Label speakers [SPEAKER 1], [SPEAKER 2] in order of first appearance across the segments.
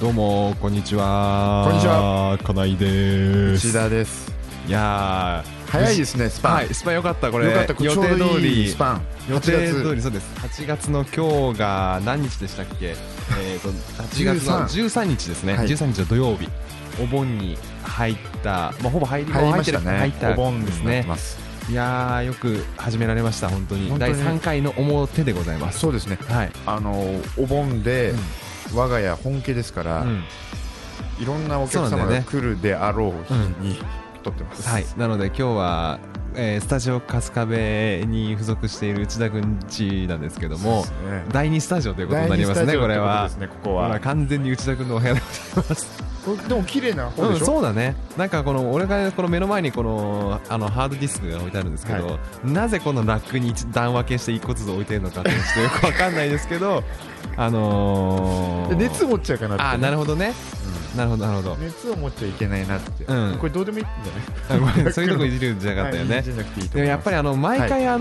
[SPEAKER 1] どうもこんにちは
[SPEAKER 2] こんにちは
[SPEAKER 1] 金井です
[SPEAKER 2] 内田です
[SPEAKER 1] いやー
[SPEAKER 2] 早いですねスパン、
[SPEAKER 1] はいスパンよかったこれ
[SPEAKER 2] よかったち
[SPEAKER 1] 予
[SPEAKER 2] ょう
[SPEAKER 1] 定
[SPEAKER 2] ど
[SPEAKER 1] 通
[SPEAKER 2] い
[SPEAKER 1] り
[SPEAKER 2] いスパン
[SPEAKER 1] 予定通
[SPEAKER 2] 8
[SPEAKER 1] り
[SPEAKER 2] 月
[SPEAKER 1] そうです8月の今日が何日でしたっけえーと8月の13日ですね、
[SPEAKER 2] はい
[SPEAKER 1] 13日の土曜日お盆に入った、まあ、ほぼ入り
[SPEAKER 2] 入りま
[SPEAKER 1] っ
[SPEAKER 2] してた
[SPEAKER 1] る
[SPEAKER 2] ね
[SPEAKER 1] 入った
[SPEAKER 2] お盆です
[SPEAKER 1] で
[SPEAKER 2] ね
[SPEAKER 1] すねいやーよく始められました本当に
[SPEAKER 2] 本当に
[SPEAKER 1] 第3回の表でございます
[SPEAKER 2] そうですね
[SPEAKER 1] はい、
[SPEAKER 2] あのお盆で、我が家本家ですから、
[SPEAKER 1] うん
[SPEAKER 2] いろんなお客
[SPEAKER 1] そうな
[SPEAKER 2] 様
[SPEAKER 1] んだよ
[SPEAKER 2] が
[SPEAKER 1] ね
[SPEAKER 2] 来るであろう日に撮ってます、
[SPEAKER 1] はい、なので今日は、えースタジオ春日部に付属している内田くんちなんですけども、
[SPEAKER 2] そうですね
[SPEAKER 1] 第2スタジオということに
[SPEAKER 2] 第
[SPEAKER 1] なり
[SPEAKER 2] 二
[SPEAKER 1] ま
[SPEAKER 2] ス
[SPEAKER 1] す
[SPEAKER 2] タ
[SPEAKER 1] ね
[SPEAKER 2] ジオ
[SPEAKER 1] こ
[SPEAKER 2] って
[SPEAKER 1] れ
[SPEAKER 2] こと
[SPEAKER 1] は
[SPEAKER 2] ですねここ
[SPEAKER 1] ほら
[SPEAKER 2] は
[SPEAKER 1] 完全に内田くんのお部屋でござい ます、
[SPEAKER 2] これでも綺麗な方
[SPEAKER 1] う
[SPEAKER 2] で
[SPEAKER 1] ん、
[SPEAKER 2] しょ、
[SPEAKER 1] そうだねなんかこの俺がこの目の前にこのあのハードディスクが置いてあるんですけど、
[SPEAKER 2] は
[SPEAKER 1] なぜこのラックに一段分けして1個ずつ置いてるのかっていうのはちょっとよくわかんないですけ どあのー、
[SPEAKER 2] 熱持っちゃうかなって
[SPEAKER 1] あなるほどね
[SPEAKER 2] う
[SPEAKER 1] なるほどなるほど
[SPEAKER 2] ん熱を持っちゃいけないなって、
[SPEAKER 1] うん
[SPEAKER 2] これどうでもいいんじゃない
[SPEAKER 1] あごめんそういうとこいじるんじゃなかったよね
[SPEAKER 2] はいじゃなくていい
[SPEAKER 1] で
[SPEAKER 2] と思
[SPEAKER 1] も
[SPEAKER 2] い
[SPEAKER 1] や
[SPEAKER 2] ま
[SPEAKER 1] っ
[SPEAKER 2] す
[SPEAKER 1] ぱりあの毎回あ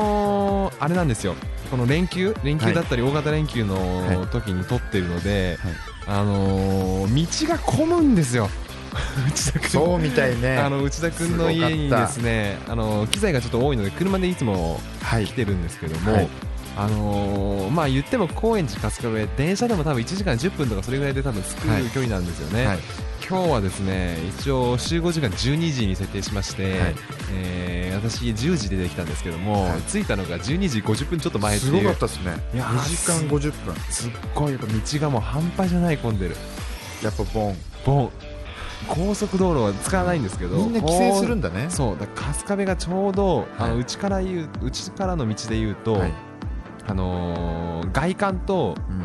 [SPEAKER 1] のーあれなんですよこの連休連休だったり大型連休の時に撮ってるので、
[SPEAKER 2] はい
[SPEAKER 1] あのー道が混むんですよ 内田君
[SPEAKER 2] そうみたいね
[SPEAKER 1] あの内田君の家に
[SPEAKER 2] すごか
[SPEAKER 1] で
[SPEAKER 2] った
[SPEAKER 1] すねあの機材がちょっと多いので車でいつも
[SPEAKER 2] はい
[SPEAKER 1] 来てるんですけども、
[SPEAKER 2] はい
[SPEAKER 1] あのーまあ言っても高円寺春日部電車でも多分1時間10分とかそれぐらいで多分着く
[SPEAKER 2] はい
[SPEAKER 1] 距離なんですよね、
[SPEAKER 2] はい
[SPEAKER 1] 今日はですね一応集合時間12時に設定しまして、
[SPEAKER 2] はい
[SPEAKER 1] えー私10時で出てきたんですけども、
[SPEAKER 2] はい
[SPEAKER 1] 着いたのが12時50分ちょっと前ってい
[SPEAKER 2] す
[SPEAKER 1] う
[SPEAKER 2] ごかったですね
[SPEAKER 1] いやー
[SPEAKER 2] 2時間50分
[SPEAKER 1] すっごいやっぱ道がもう半端じゃない混んでる
[SPEAKER 2] やっぱボン
[SPEAKER 1] ボン高速道路は使わないんですけど
[SPEAKER 2] みんな帰省するんだね
[SPEAKER 1] そうだから春日部がちょうど、あのうちから言ううちからの道で言うと、
[SPEAKER 2] はい
[SPEAKER 1] あのー外観と
[SPEAKER 2] うん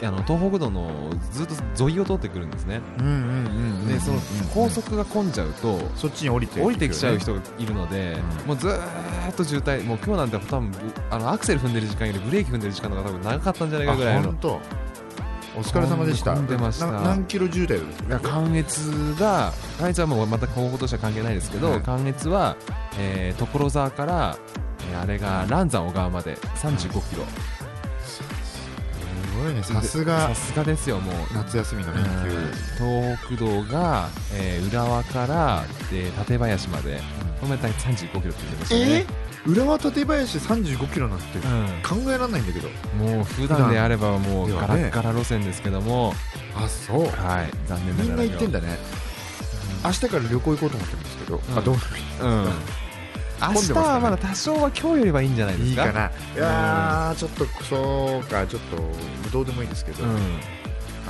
[SPEAKER 1] あの東北道のずっと沿いを通ってくるんですね、
[SPEAKER 2] うんうんうんうん
[SPEAKER 1] でその
[SPEAKER 2] うんうん
[SPEAKER 1] 高速が混んじゃうと
[SPEAKER 2] そっちに降りて
[SPEAKER 1] 降りてきちゃう人がいるので、
[SPEAKER 2] うん
[SPEAKER 1] もうずーっと渋滞もう今日なんて多分ぶあのアクセル踏んでる時間よりブレーキ踏んでる時間の方が多分長かったんじゃないかぐらい
[SPEAKER 2] あ
[SPEAKER 1] の
[SPEAKER 2] 本当お疲れ様でした
[SPEAKER 1] 混んでました
[SPEAKER 2] な何キロ渋滞です
[SPEAKER 1] いや
[SPEAKER 2] か
[SPEAKER 1] 関越が関越はもうまた方法としては関係ないですけど、
[SPEAKER 2] はい
[SPEAKER 1] 関越は、えー所沢から、えーあれが蘭山小川まで3 5キロ、
[SPEAKER 2] すごいねさすが
[SPEAKER 1] さすがですよもう
[SPEAKER 2] 夏休みの連休
[SPEAKER 1] 東北道が、えー浦和から、えー館林までこれまで大体3 5キロって言ってましたね
[SPEAKER 2] え浦和館林35キロなんて考えられないんだけど
[SPEAKER 1] うん、もう普段であればもう
[SPEAKER 2] 普
[SPEAKER 1] ガ
[SPEAKER 2] 段
[SPEAKER 1] ラ
[SPEAKER 2] では
[SPEAKER 1] ッ
[SPEAKER 2] ね
[SPEAKER 1] ガラ路線ですけども、
[SPEAKER 2] あそう
[SPEAKER 1] はい残念な
[SPEAKER 2] み
[SPEAKER 1] がら
[SPEAKER 2] んな行ってん
[SPEAKER 1] だ、
[SPEAKER 2] だね明日から旅行行こうと思ってるんですけど
[SPEAKER 1] ん
[SPEAKER 2] あどう
[SPEAKER 1] うん、明
[SPEAKER 2] 混ん
[SPEAKER 1] 日
[SPEAKER 2] でますか
[SPEAKER 1] は
[SPEAKER 2] ね
[SPEAKER 1] まだ多少は今日よりはいいんじゃないで
[SPEAKER 2] い
[SPEAKER 1] す
[SPEAKER 2] い
[SPEAKER 1] か
[SPEAKER 2] かないやーちょっとそうかちょっとどうでもいいですけど
[SPEAKER 1] うん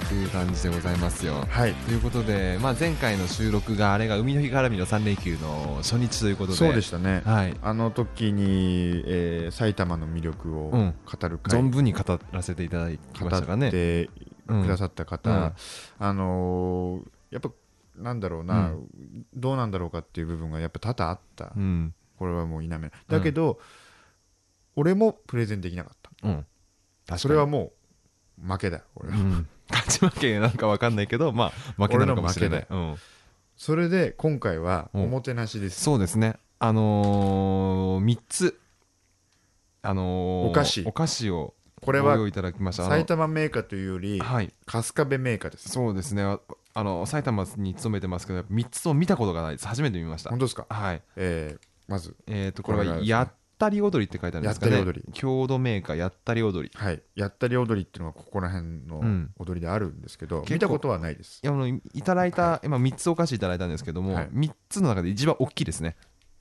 [SPEAKER 1] という感じでございますよ
[SPEAKER 2] はい
[SPEAKER 1] ということで、まあ、前回の収録があれが海の日絡みの3連休の初日ということで
[SPEAKER 2] そうでしたね
[SPEAKER 1] はい、
[SPEAKER 2] あの時に、えー埼玉の魅力を
[SPEAKER 1] うん
[SPEAKER 2] 語る会、
[SPEAKER 1] 存分に語らせていただきましたか
[SPEAKER 2] 語っ
[SPEAKER 1] ね。
[SPEAKER 2] て
[SPEAKER 1] うん
[SPEAKER 2] くださった方、
[SPEAKER 1] うん
[SPEAKER 2] あのーやっぱなんだろうな、どうなんだろうかっていう部分がやっぱ多々あった、
[SPEAKER 1] うん
[SPEAKER 2] これはもう否めないだけど、俺もプレゼンできなかった
[SPEAKER 1] うん、確かに
[SPEAKER 2] それはもう負けだ俺
[SPEAKER 1] う
[SPEAKER 2] は、
[SPEAKER 1] ん、勝ち負けなんかわかんないけど、まあ、負けなのかもしれない。うん、
[SPEAKER 2] それで今回は
[SPEAKER 1] うん
[SPEAKER 2] おもてなしです、
[SPEAKER 1] そうですね、あのー、3つ、あのー
[SPEAKER 2] お菓子
[SPEAKER 1] お菓子を
[SPEAKER 2] これ
[SPEAKER 1] ご
[SPEAKER 2] は
[SPEAKER 1] 用意いただきました。あの
[SPEAKER 2] 埼玉メーカーというより
[SPEAKER 1] はい、
[SPEAKER 2] 春日部メーカーです
[SPEAKER 1] そうですね、ああの埼玉に勤めてますけど、3つとも見たことがないです、初めて見ました
[SPEAKER 2] 本。当ですか、
[SPEAKER 1] はい
[SPEAKER 2] えーまず
[SPEAKER 1] えー、とこれ
[SPEAKER 2] これ
[SPEAKER 1] は
[SPEAKER 2] が
[SPEAKER 1] やったり踊りって書いてあるんですかね。
[SPEAKER 2] やったり踊り
[SPEAKER 1] 郷土メーカーやったり踊り。
[SPEAKER 2] はい、やったり踊りっていうのはここら辺の
[SPEAKER 1] うん
[SPEAKER 2] 踊りであるんですけど、
[SPEAKER 1] 構
[SPEAKER 2] 見たことはないです
[SPEAKER 1] いやあのいただいた今3つお菓子いただいたんですけども、
[SPEAKER 2] はい
[SPEAKER 1] 3つの中で一番大きいですね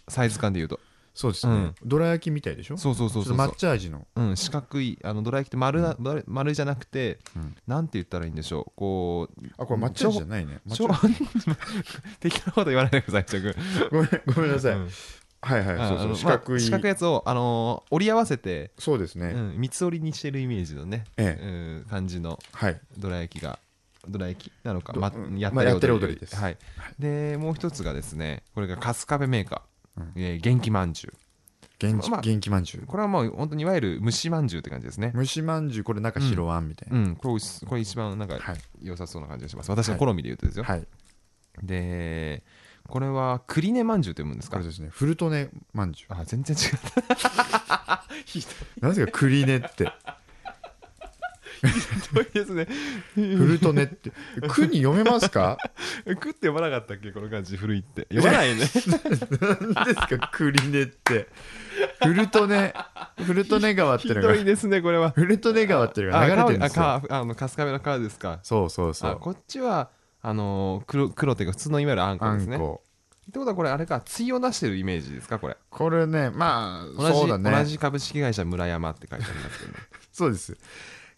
[SPEAKER 1] サイズ感でいうと
[SPEAKER 2] そうですね、
[SPEAKER 1] うん
[SPEAKER 2] どら焼きみたいでしょ
[SPEAKER 1] そうそうそうそう
[SPEAKER 2] ちょっと抹茶味の
[SPEAKER 1] うん、四角いあのどら焼きって丸な、丸丸じゃなくて、
[SPEAKER 2] うん
[SPEAKER 1] なんて言ったらいいんでしょうこう
[SPEAKER 2] あこれ抹茶味じゃないね抹
[SPEAKER 1] ちょ
[SPEAKER 2] 茶
[SPEAKER 1] 適当なこと言わないでくださいちょく
[SPEAKER 2] ごめんごめんなさい、
[SPEAKER 1] うん
[SPEAKER 2] はいはいそう
[SPEAKER 1] あ
[SPEAKER 2] そ
[SPEAKER 1] の
[SPEAKER 2] う四角
[SPEAKER 1] まあ
[SPEAKER 2] い、
[SPEAKER 1] 四角いやつを、あのー折り合わせて、
[SPEAKER 2] そうです
[SPEAKER 1] う
[SPEAKER 2] ね、
[SPEAKER 1] ん、三つ折りにしてるイメージのね、
[SPEAKER 2] ええ
[SPEAKER 1] うん感じの
[SPEAKER 2] はい
[SPEAKER 1] どら焼きがどら焼きなのか、
[SPEAKER 2] ど
[SPEAKER 1] ま
[SPEAKER 2] うん
[SPEAKER 1] やっ
[SPEAKER 2] ま
[SPEAKER 1] た
[SPEAKER 2] あ
[SPEAKER 1] り
[SPEAKER 2] やってる
[SPEAKER 1] 踊り
[SPEAKER 2] 踊りです
[SPEAKER 1] はい、でもう一つがですねこれが春日部メーカー、
[SPEAKER 2] うん
[SPEAKER 1] えー元気まんじゅ
[SPEAKER 2] 元気,、
[SPEAKER 1] まあ
[SPEAKER 2] 元気まんじゅ
[SPEAKER 1] う
[SPEAKER 2] う
[SPEAKER 1] これはもう本当にいわゆる蒸しまんじゅうって感じですね
[SPEAKER 2] 蒸しまんじゅうこれ中白あんみたいな、
[SPEAKER 1] うんこれおいしこれ一番なんか
[SPEAKER 2] はい
[SPEAKER 1] 良さそうな感じがします私の好みで言うとですよ、
[SPEAKER 2] はい
[SPEAKER 1] でこれは栗根まんじゅうと読むんです
[SPEAKER 2] こ
[SPEAKER 1] か
[SPEAKER 2] れですねフルトネまんじゅ
[SPEAKER 1] あ全然違う
[SPEAKER 2] うなぜか栗ねって
[SPEAKER 1] 遠 いですね。
[SPEAKER 2] フルト ネって句に読めますか
[SPEAKER 1] 食って読まなかったっけこの感 じ古いって。読まないね。
[SPEAKER 2] 何ですかクリネってフルトネフルトネ川って
[SPEAKER 1] ひ
[SPEAKER 2] いうの
[SPEAKER 1] ど
[SPEAKER 2] が
[SPEAKER 1] いですねこれは。
[SPEAKER 2] フルトネ川っていうのが
[SPEAKER 1] あ
[SPEAKER 2] 流れてるんです
[SPEAKER 1] 川
[SPEAKER 2] よ
[SPEAKER 1] あ川あの春日部の川ですか。
[SPEAKER 2] そうそうそ
[SPEAKER 1] あ
[SPEAKER 2] う
[SPEAKER 1] こっちはあのー黒黒っていうか普通のいわゆるあんこ
[SPEAKER 2] あ
[SPEAKER 1] です
[SPEAKER 2] ん
[SPEAKER 1] ね。
[SPEAKER 2] こ
[SPEAKER 1] ってことはこれあれか対を出してるイメージですかこれ
[SPEAKER 2] これねまあ
[SPEAKER 1] 同じ
[SPEAKER 2] そうだね
[SPEAKER 1] 同じ株式会社村山って書いてありますけど、ね、
[SPEAKER 2] そうです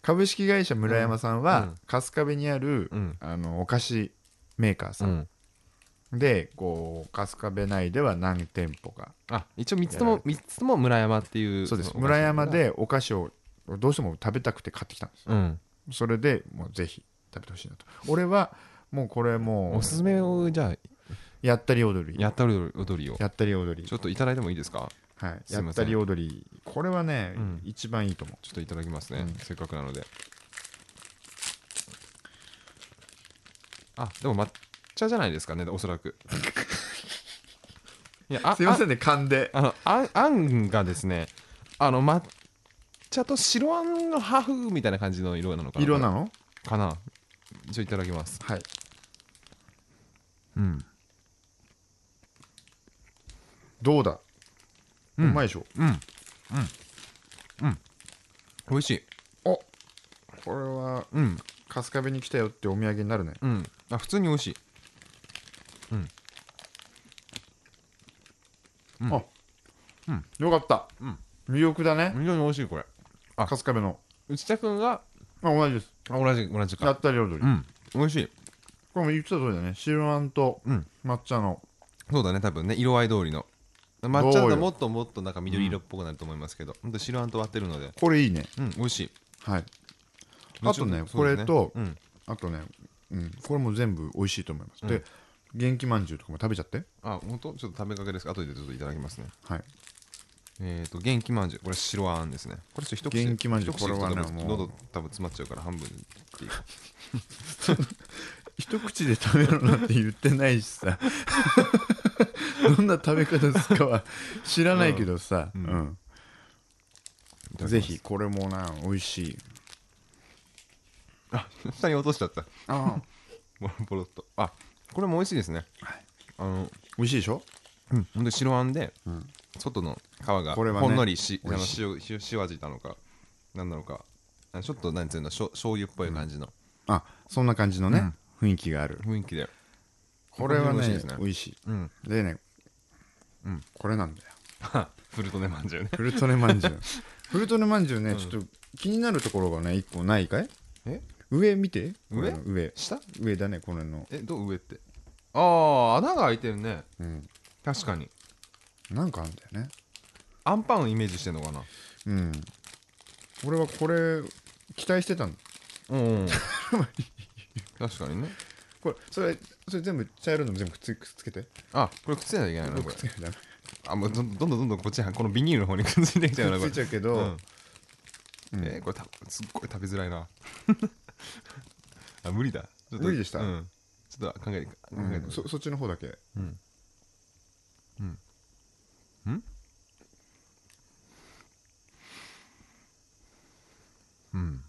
[SPEAKER 2] 株式会社村山さんは、
[SPEAKER 1] うんうん
[SPEAKER 2] 春日部にある、
[SPEAKER 1] うん
[SPEAKER 2] あのお菓子メーカーさ、
[SPEAKER 1] うんん
[SPEAKER 2] でこう春日部内では何店舗か
[SPEAKER 1] あ一応3つとも三つとも村山っていう
[SPEAKER 2] そうです
[SPEAKER 1] お菓子
[SPEAKER 2] 村山でお菓子をどうしても食べたくて買ってきたんですよ
[SPEAKER 1] うん
[SPEAKER 2] それでもうぜひ食べてほしいなと俺はもうこれもう
[SPEAKER 1] おすすめをじゃあ
[SPEAKER 2] やったり踊り
[SPEAKER 1] やった踊り踊りを
[SPEAKER 2] やったり踊り
[SPEAKER 1] ちょっといただいてもいいですか
[SPEAKER 2] はい
[SPEAKER 1] すい
[SPEAKER 2] や
[SPEAKER 1] ま
[SPEAKER 2] っ
[SPEAKER 1] せ
[SPEAKER 2] た
[SPEAKER 1] ん
[SPEAKER 2] り踊りこれはね、
[SPEAKER 1] うん
[SPEAKER 2] 一番いいと思う
[SPEAKER 1] ちょっといただきますね、
[SPEAKER 2] うん
[SPEAKER 1] せっかくなのであでも抹茶じゃないですかねおそら くいやあ
[SPEAKER 2] すいませ
[SPEAKER 1] ん
[SPEAKER 2] んね勘で
[SPEAKER 1] あのあんあんがですねあの抹茶と白あんのハーフみたいな感じの色なのかな
[SPEAKER 2] 色な
[SPEAKER 1] の
[SPEAKER 2] の
[SPEAKER 1] かな一応いただきます
[SPEAKER 2] はい
[SPEAKER 1] うん
[SPEAKER 2] どうだ、
[SPEAKER 1] う
[SPEAKER 2] うんまいでしょ
[SPEAKER 1] うんうんうん美味しい
[SPEAKER 2] おこれは
[SPEAKER 1] うん
[SPEAKER 2] 春日部に来たよってお土産になるね
[SPEAKER 1] うんあ普通に美味しいうん
[SPEAKER 2] あ、
[SPEAKER 1] うん
[SPEAKER 2] よかった、
[SPEAKER 1] うん
[SPEAKER 2] 魅力だね
[SPEAKER 1] 非常に美味しいこれあ
[SPEAKER 2] 春日部の
[SPEAKER 1] 内田君が
[SPEAKER 2] あ同じです
[SPEAKER 1] あ同じ同じ
[SPEAKER 2] や
[SPEAKER 1] か
[SPEAKER 2] ったり踊り、
[SPEAKER 1] うん美味しい
[SPEAKER 2] これも言ってた通りだね白あんと
[SPEAKER 1] うん
[SPEAKER 2] 抹茶の、
[SPEAKER 1] そうだね多分ね色合い通りの抹茶だ
[SPEAKER 2] どう
[SPEAKER 1] と
[SPEAKER 2] よ
[SPEAKER 1] もっともっとなんか緑色っぽくなると思いますけど、ほんと白あんと割ってるので
[SPEAKER 2] これいいね
[SPEAKER 1] うん美味しい
[SPEAKER 2] はいあと
[SPEAKER 1] そう
[SPEAKER 2] ね
[SPEAKER 1] です
[SPEAKER 2] これと
[SPEAKER 1] うん
[SPEAKER 2] あとね、うん、これも全部美味しいと思います、で元気まんじゅうとかも食べちゃって
[SPEAKER 1] あ本当ちょっと食べかけですか後でちょっといただきますね
[SPEAKER 2] はい
[SPEAKER 1] えーと元気まんじゅうこれ白あんですねこれちょっと一口で
[SPEAKER 2] 元気まんじゅう
[SPEAKER 1] 一口で
[SPEAKER 2] これはね
[SPEAKER 1] ちょっと
[SPEAKER 2] もう
[SPEAKER 1] 喉多分詰まっちゃうから半分に切っていこ
[SPEAKER 2] 一口で食べろなんて言ってないしさ どんな食べ方ですかは知らないけどさ、
[SPEAKER 1] うん
[SPEAKER 2] うん
[SPEAKER 1] ういただきます
[SPEAKER 2] ぜひこれもな美味しい
[SPEAKER 1] あ下に落としちゃった
[SPEAKER 2] あ
[SPEAKER 1] ボロボロっとあこれも美味しいですね
[SPEAKER 2] はい
[SPEAKER 1] あの
[SPEAKER 2] 美味しいでしょ
[SPEAKER 1] うんほんで白あんで
[SPEAKER 2] うん
[SPEAKER 1] 外の皮が
[SPEAKER 2] これはね
[SPEAKER 1] ほんのりし、あ
[SPEAKER 2] 美
[SPEAKER 1] の
[SPEAKER 2] 味し
[SPEAKER 1] 塩塩塩味なのか何なのかあちょっとなんていうのしょ醤油っぽい感じの
[SPEAKER 2] あそんな感じのね、雰囲気がある
[SPEAKER 1] 雰囲気で
[SPEAKER 2] これは
[SPEAKER 1] これ美
[SPEAKER 2] ね
[SPEAKER 1] 味しいですね
[SPEAKER 2] 美味しい
[SPEAKER 1] うん
[SPEAKER 2] でね、
[SPEAKER 1] うん
[SPEAKER 2] これなんだよ
[SPEAKER 1] フルトネまんじゅうね
[SPEAKER 2] フルトネまんじゅうフルトネまんじゅうね、ちょっと気になるところがね一個ないかい
[SPEAKER 1] え
[SPEAKER 2] 上見て
[SPEAKER 1] 上
[SPEAKER 2] この上
[SPEAKER 1] 下
[SPEAKER 2] 上だねこれの
[SPEAKER 1] えどう上ってああ穴が開いてるね
[SPEAKER 2] うん
[SPEAKER 1] 確かに
[SPEAKER 2] なんかあるんだよね
[SPEAKER 1] アンパンをイメージしてんのかな
[SPEAKER 2] うん俺はこれ期待してたの
[SPEAKER 1] うんうん確かにね
[SPEAKER 2] これそれそれ全部茶色いのも全部くっつくっつけて
[SPEAKER 1] あこれくっつけなきゃいけないなこ
[SPEAKER 2] く
[SPEAKER 1] れ
[SPEAKER 2] っつけない
[SPEAKER 1] あもうどんどんどんどんどんこっちこのビニールの方にくっついてきちゃうな
[SPEAKER 2] くっ
[SPEAKER 1] こ
[SPEAKER 2] つ
[SPEAKER 1] れ
[SPEAKER 2] いちゃうけ ど、
[SPEAKER 1] うん
[SPEAKER 2] うん
[SPEAKER 1] えー、これたすっごい食べづら いなあ無理だちょっと
[SPEAKER 2] 無理でした
[SPEAKER 1] うん、ちょっと考え考えて
[SPEAKER 2] う
[SPEAKER 1] み
[SPEAKER 2] ん
[SPEAKER 1] る
[SPEAKER 2] そそっちの方だけ
[SPEAKER 1] うんうんうんうん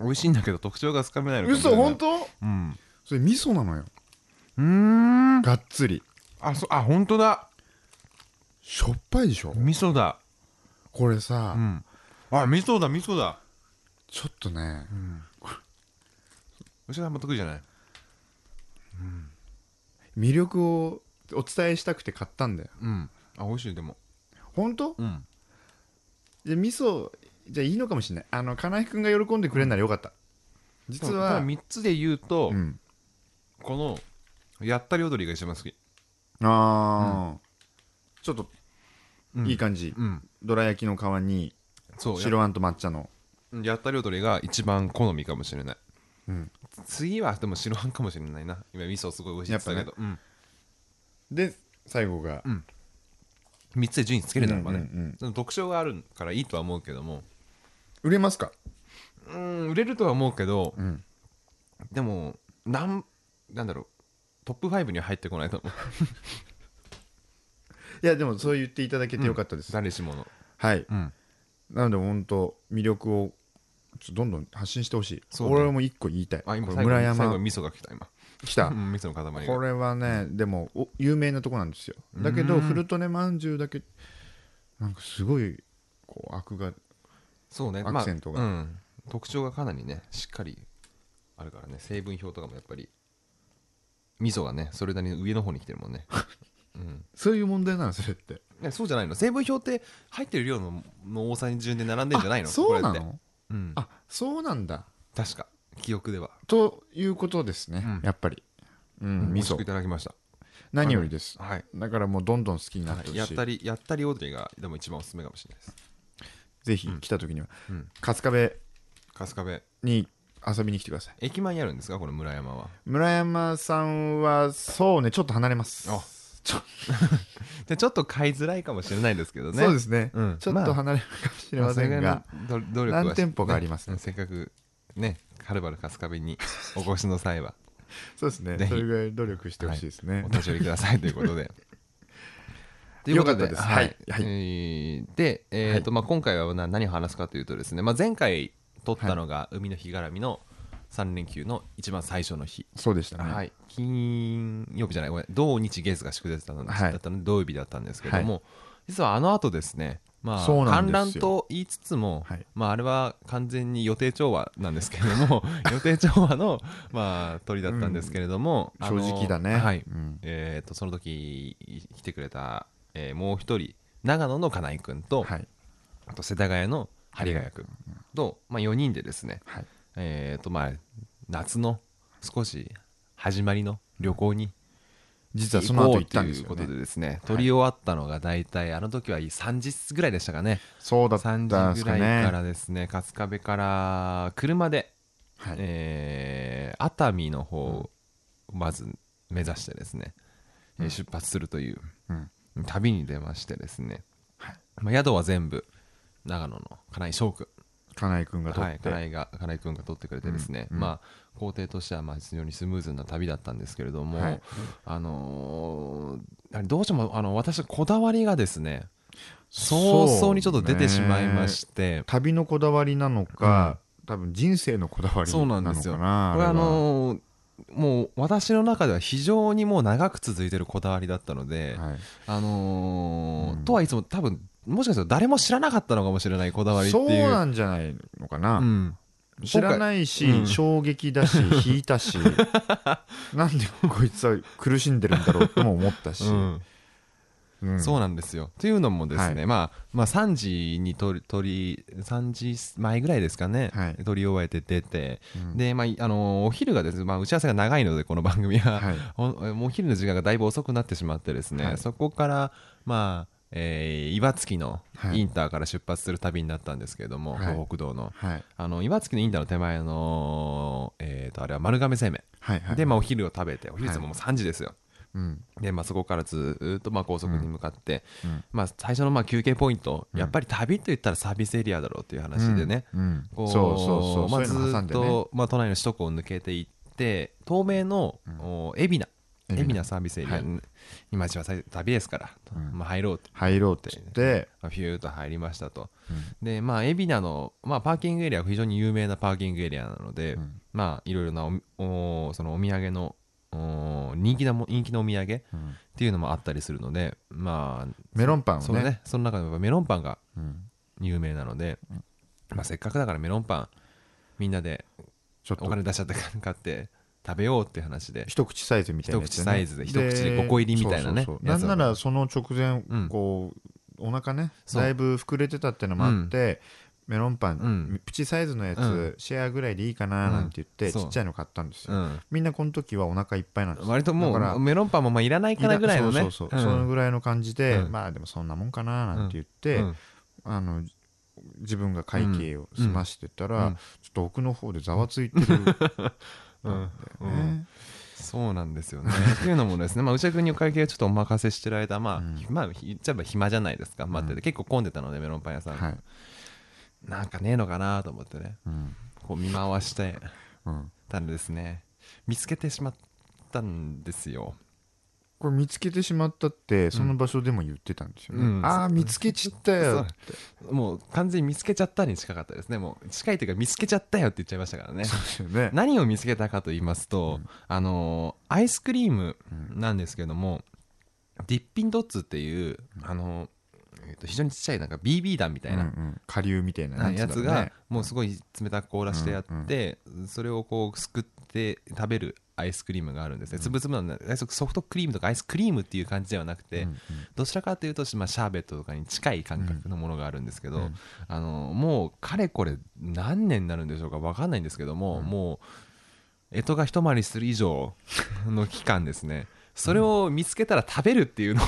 [SPEAKER 1] 美味しいんだけど特徴がつかめないのかもしれ
[SPEAKER 2] 嘘
[SPEAKER 1] ない
[SPEAKER 2] 本当
[SPEAKER 1] うん
[SPEAKER 2] それ味噌なのよ
[SPEAKER 1] うーん
[SPEAKER 2] がっつり
[SPEAKER 1] あそあ本当だ
[SPEAKER 2] しょっぱいでしょ
[SPEAKER 1] 味噌だ
[SPEAKER 2] これさ、
[SPEAKER 1] うんあ味噌だ味噌だ
[SPEAKER 2] ちょっとね
[SPEAKER 1] うん牛田あんま得意じゃない
[SPEAKER 2] 魅力をお伝えしたくて買ったんだよ
[SPEAKER 1] うんあ美味しいでも
[SPEAKER 2] 本当
[SPEAKER 1] うん
[SPEAKER 2] じゃあ味噌じゃあいいのかもしれないあの金井君が喜んでくれるならよかった実
[SPEAKER 1] ただ
[SPEAKER 2] は
[SPEAKER 1] 3つで言うと、
[SPEAKER 2] うん
[SPEAKER 1] このやったり踊りが一番好き、
[SPEAKER 2] ああ、ちょっと
[SPEAKER 1] うん
[SPEAKER 2] いい感じ、
[SPEAKER 1] うん
[SPEAKER 2] どら焼きの皮に
[SPEAKER 1] そう
[SPEAKER 2] 白あんと抹茶の
[SPEAKER 1] ややったり踊りが一番好みかもしれない
[SPEAKER 2] うん
[SPEAKER 1] 次はでも白あんかもしれないな今味噌すごい美味しいって言ってたけど、
[SPEAKER 2] で最後が、
[SPEAKER 1] うん、3つで順位つけるならばね、
[SPEAKER 2] うんうんうん
[SPEAKER 1] でも特徴があるからいいとは思うけども
[SPEAKER 2] 売れますか
[SPEAKER 1] うん売れるとは思うけど、
[SPEAKER 2] うん
[SPEAKER 1] でもなんなんだろうトップ5には入ってこないと思う
[SPEAKER 2] いやでもそう言っていただけてよかったです、
[SPEAKER 1] 誰しもの
[SPEAKER 2] はい
[SPEAKER 1] うん
[SPEAKER 2] なので本当魅力をちょっとどんどん発信してほしい、
[SPEAKER 1] そうね
[SPEAKER 2] 俺も一個言いたい
[SPEAKER 1] あ今
[SPEAKER 2] これ
[SPEAKER 1] 最後
[SPEAKER 2] 村
[SPEAKER 1] に最後
[SPEAKER 2] 山
[SPEAKER 1] に味噌が来た今
[SPEAKER 2] 来た
[SPEAKER 1] うん味噌の塊
[SPEAKER 2] こ
[SPEAKER 1] が
[SPEAKER 2] れはねでもお有名なとこなんですよだけ
[SPEAKER 1] う
[SPEAKER 2] ど
[SPEAKER 1] ん
[SPEAKER 2] フルトネまんじゅうだけなんかすごいこうアクが
[SPEAKER 1] そうね
[SPEAKER 2] アクセントが
[SPEAKER 1] まあうん、特徴がかなりねしっかりあるからね成分表とかもやっぱり味噌がねそれなりに上の方に来てるもんね、うん
[SPEAKER 2] そういう問題なのそれって
[SPEAKER 1] ね、そうじゃないの成分表って入ってる量のの多さに順で並んでんじゃないの
[SPEAKER 2] あそうな
[SPEAKER 1] これって
[SPEAKER 2] の
[SPEAKER 1] うん、
[SPEAKER 2] あそうなんだ
[SPEAKER 1] 確か記憶では、
[SPEAKER 2] ということですね、
[SPEAKER 1] うん
[SPEAKER 2] やっぱり、う、
[SPEAKER 1] うん美
[SPEAKER 2] 味
[SPEAKER 1] 味しくい
[SPEAKER 2] 噌
[SPEAKER 1] ただきました、
[SPEAKER 2] 何よりです
[SPEAKER 1] はい
[SPEAKER 2] だからもうどんどん好きになって
[SPEAKER 1] や
[SPEAKER 2] ほ
[SPEAKER 1] っ
[SPEAKER 2] しい、
[SPEAKER 1] たりやったりオードリーがでも一番おすすめかもしれないです、
[SPEAKER 2] ぜひ来た時には、
[SPEAKER 1] うん、
[SPEAKER 2] 春日部
[SPEAKER 1] 春日部
[SPEAKER 2] に遊びに来てください
[SPEAKER 1] 駅前にあるんですかこの村山は
[SPEAKER 2] 村山さんはそうねちょっと離れます
[SPEAKER 1] あ
[SPEAKER 2] ちょ
[SPEAKER 1] でちょっと買いづらいかもしれないですけどね
[SPEAKER 2] そうですね、
[SPEAKER 1] うん
[SPEAKER 2] ちょっと離れるかもしれませんが、
[SPEAKER 1] まあそれぐらいのど努力はし
[SPEAKER 2] 何店舗かありますね
[SPEAKER 1] うんせっかくねはるばる春日部にお越しの際は
[SPEAKER 2] そうですね
[SPEAKER 1] ぜひ
[SPEAKER 2] それぐらい努力してほしいですね、
[SPEAKER 1] お立ち寄りくださいという ことで。という
[SPEAKER 2] よ
[SPEAKER 1] こ
[SPEAKER 2] か
[SPEAKER 1] と
[SPEAKER 2] ったです
[SPEAKER 1] は
[SPEAKER 2] はいい
[SPEAKER 1] えーで、えーとまあ、今回はな何を話すかというとですね、まあ、前回撮ったのが海の日絡みの3連休の一番最初の日、
[SPEAKER 2] そうでしたね、
[SPEAKER 1] はい、金曜日じゃないごめん土日月が祝日だったので、
[SPEAKER 2] はい
[SPEAKER 1] だったので土曜日だったんですけども、実はあの後ですねまあ、
[SPEAKER 2] そうなん
[SPEAKER 1] 観
[SPEAKER 2] です
[SPEAKER 1] 覧
[SPEAKER 2] よ
[SPEAKER 1] と言いつつも、
[SPEAKER 2] はい
[SPEAKER 1] まあ、あれは完全に予定調和なんですけれども 予定調和の、まあ、鳥だったんですけれども、あ
[SPEAKER 2] 正
[SPEAKER 1] の
[SPEAKER 2] 直だね、
[SPEAKER 1] はい
[SPEAKER 2] うん
[SPEAKER 1] えー、とその時来てくれた、えーもう一人長野の金井君と、
[SPEAKER 2] はい
[SPEAKER 1] あと世田谷の針ヶ谷君と、まあ、4人でですね、
[SPEAKER 2] はい
[SPEAKER 1] えーとまあ、夏の少し始まりの旅行に
[SPEAKER 2] 実はそ
[SPEAKER 1] 行
[SPEAKER 2] の後
[SPEAKER 1] こ
[SPEAKER 2] 行
[SPEAKER 1] う
[SPEAKER 2] っ
[SPEAKER 1] と
[SPEAKER 2] たんです
[SPEAKER 1] いう
[SPEAKER 2] よ、
[SPEAKER 1] こと
[SPEAKER 2] ね
[SPEAKER 1] で、ですね撮り終わったのが大体あの時は3時ぐらいでしたかね
[SPEAKER 2] そうだったん
[SPEAKER 1] 3
[SPEAKER 2] で
[SPEAKER 1] 時
[SPEAKER 2] す
[SPEAKER 1] ぐ
[SPEAKER 2] から
[SPEAKER 1] い
[SPEAKER 2] ね
[SPEAKER 1] からですね春日部から車で、
[SPEAKER 2] はい
[SPEAKER 1] えー熱海の方をまず目指してですね、えー出発するという
[SPEAKER 2] うん
[SPEAKER 1] 旅に出ましてですね、
[SPEAKER 2] はい
[SPEAKER 1] まあ、宿は全部長野の金井翔君
[SPEAKER 2] 金井君が取
[SPEAKER 1] は
[SPEAKER 2] っ
[SPEAKER 1] い、
[SPEAKER 2] て、
[SPEAKER 1] 金井が金井君が取ってくれてですね、
[SPEAKER 2] うんうん
[SPEAKER 1] まあ、工程としてはまあ非常にスムーズな旅だったんですけれども、
[SPEAKER 2] はい
[SPEAKER 1] あのーやはりどうしてもあの私こだわりがですね
[SPEAKER 2] そ
[SPEAKER 1] 早
[SPEAKER 2] うね
[SPEAKER 1] 々にちょっと出てしまいまして
[SPEAKER 2] 旅のこだわりなのか、多分人生のこだわりな
[SPEAKER 1] そう
[SPEAKER 2] のかな
[SPEAKER 1] なんですよ
[SPEAKER 2] あ
[SPEAKER 1] これ
[SPEAKER 2] れは
[SPEAKER 1] あのーもう私の中では非常にもう長く続いてるこだわりだったので、
[SPEAKER 2] はい
[SPEAKER 1] あのー
[SPEAKER 2] うん
[SPEAKER 1] とはいつも多分もしかしたら誰も知らなかったのかもしれないこだわりってい
[SPEAKER 2] そう
[SPEAKER 1] う
[SPEAKER 2] なんじゃないのかな、
[SPEAKER 1] うん
[SPEAKER 2] 知らないし、
[SPEAKER 1] うん
[SPEAKER 2] 衝撃だ し引いたしなんでこいつは苦しんでるんだろうとも思ったし、
[SPEAKER 1] うん
[SPEAKER 2] うん
[SPEAKER 1] そうなんですよ。というのもですね、
[SPEAKER 2] はい
[SPEAKER 1] まあ、まあ3時に撮り取り3時前ぐらいですかね、
[SPEAKER 2] はい
[SPEAKER 1] 撮り終えて出て、
[SPEAKER 2] うん
[SPEAKER 1] で、まあいあのーお昼がですね、まあ、打ち合わせが長いのでこの番組は、
[SPEAKER 2] はい
[SPEAKER 1] おもうお昼の時間がだいぶ遅くなってしまってですね、
[SPEAKER 2] はい
[SPEAKER 1] そこから、まあえー岩槻の
[SPEAKER 2] はい
[SPEAKER 1] インターから出発する旅になったんですけれども、
[SPEAKER 2] はい
[SPEAKER 1] 東北道の。
[SPEAKER 2] はい
[SPEAKER 1] あの岩槻のインターの手前の、えー、とあれは丸亀製麺、
[SPEAKER 2] はいはい
[SPEAKER 1] で、まあ、お昼を食べてお昼いつももう3時ですよ、
[SPEAKER 2] うん
[SPEAKER 1] で、まあ、そこからずーっとまあ高速に向かって、
[SPEAKER 2] うん
[SPEAKER 1] まあ、最初のまあ休憩ポイント、
[SPEAKER 2] うん
[SPEAKER 1] やっぱり旅といったらサービスエリアだろうっていう話でね、
[SPEAKER 2] うん
[SPEAKER 1] こ
[SPEAKER 2] そうそうそう、
[SPEAKER 1] まあ、ず
[SPEAKER 2] そういうの挟
[SPEAKER 1] ー
[SPEAKER 2] ん
[SPEAKER 1] っ
[SPEAKER 2] でね
[SPEAKER 1] と、まあ、都内の首都高を抜けていって東名の、
[SPEAKER 2] ん
[SPEAKER 1] お海老名
[SPEAKER 2] 海
[SPEAKER 1] 海
[SPEAKER 2] 老名
[SPEAKER 1] 老名サービスエリアに、今一番最旅ですから、
[SPEAKER 2] うん
[SPEAKER 1] まあ、入ろうって
[SPEAKER 2] 入ろうって言って、
[SPEAKER 1] まあフューッと入りましたと、
[SPEAKER 2] うん
[SPEAKER 1] でまあ海老名の、まあ、パーキングエリアは非常に有名なパーキングエリアなので、
[SPEAKER 2] うん
[SPEAKER 1] まあいろいろなおおそのお土産のお人気なも人気のお土産
[SPEAKER 2] うん
[SPEAKER 1] っていうのもあったりするのでまあ
[SPEAKER 2] メロンパンを
[SPEAKER 1] そう
[SPEAKER 2] ね
[SPEAKER 1] ねその中でもやっぱメロンパンが
[SPEAKER 2] うん
[SPEAKER 1] 有名なので、まあ、せっかくだからメロンパンみんなで
[SPEAKER 2] ちょっ
[SPEAKER 1] お
[SPEAKER 2] と
[SPEAKER 1] 金出しちゃって買って食べようっていう話で
[SPEAKER 2] 一口サイズみたいなやつ
[SPEAKER 1] 一
[SPEAKER 2] ね、
[SPEAKER 1] 口サイズで一口で5個入りみたいなね
[SPEAKER 2] そうそうそう
[SPEAKER 1] や
[SPEAKER 2] な
[SPEAKER 1] つ
[SPEAKER 2] ん
[SPEAKER 1] を
[SPEAKER 2] ならその直前
[SPEAKER 1] うん
[SPEAKER 2] こう、お腹ね
[SPEAKER 1] そう
[SPEAKER 2] だいぶ膨れてたってのもあって、メロンパン、
[SPEAKER 1] うん
[SPEAKER 2] プチサイズのやつ、
[SPEAKER 1] うん
[SPEAKER 2] シェアぐらいでいいかななんて言って、
[SPEAKER 1] うんそう
[SPEAKER 2] ちっちゃいの買ったんですよ、
[SPEAKER 1] うん、
[SPEAKER 2] みんなこの時はお腹いっぱいなんですよ
[SPEAKER 1] 割とも
[SPEAKER 2] だから
[SPEAKER 1] うメロンパンもまあいらないかなぐらいのね
[SPEAKER 2] そうそうそう、
[SPEAKER 1] ん
[SPEAKER 2] そのぐらいの感じで、
[SPEAKER 1] うん
[SPEAKER 2] まあでもそんなもんかななんて言って、
[SPEAKER 1] うん
[SPEAKER 2] あの自分が会計を済ましてたら、
[SPEAKER 1] うんうん
[SPEAKER 2] ちょっと奥の方でざわつい てる、
[SPEAKER 1] うん
[SPEAKER 2] ね
[SPEAKER 1] うんそうなんですよね。 っていうのもですね、まあ、内田君にお会計をちょっとお任せしてる間、まあ、
[SPEAKER 2] うん
[SPEAKER 1] ひまあ、言っちゃえば暇じゃないですか、待ってて、
[SPEAKER 2] うん
[SPEAKER 1] 結構混んでたので、メロンパン屋さん、
[SPEAKER 2] はい、
[SPEAKER 1] なんかねえのかなと思ってね、
[SPEAKER 2] うん
[SPEAKER 1] こう見回して
[SPEAKER 2] うん、
[SPEAKER 1] たんですね、見つけてしまったんですよ。
[SPEAKER 2] これ見つけてしまったってその場所でも言ってたんですよね、
[SPEAKER 1] うん
[SPEAKER 2] ああ見つけちったよ
[SPEAKER 1] もう完全に見つけちゃったに近かったですねもう近いというか見つけちゃったよって言っちゃいましたからね
[SPEAKER 2] そうですよね
[SPEAKER 1] 何を見つけたかと言いますと、あのーアイスクリームなんですけども、ディッピンドッツっていう、あのーえっと非常にちっちゃいなんか BB 弾みたいな、
[SPEAKER 2] うんうん下流みたいな
[SPEAKER 1] はいや
[SPEAKER 2] なんつう
[SPEAKER 1] つ
[SPEAKER 2] んだろう
[SPEAKER 1] が
[SPEAKER 2] ね
[SPEAKER 1] もうすごい冷たく凍らしてやって、それをこうすくって食べるアイスクリームがあるんですね、つぶつぶのソフトクリームとかアイスクリームっていう感じではなくて、
[SPEAKER 2] うんうん
[SPEAKER 1] どちらかというと、まあ、シャーベットとかに近い感覚のものがあるんですけど、
[SPEAKER 2] うん
[SPEAKER 1] あのもうかれこれ何年になるんでしょうか分かんないんですけども、もう干支が一回りする以上の期間ですねそれを見つけたら食べるって いうのを、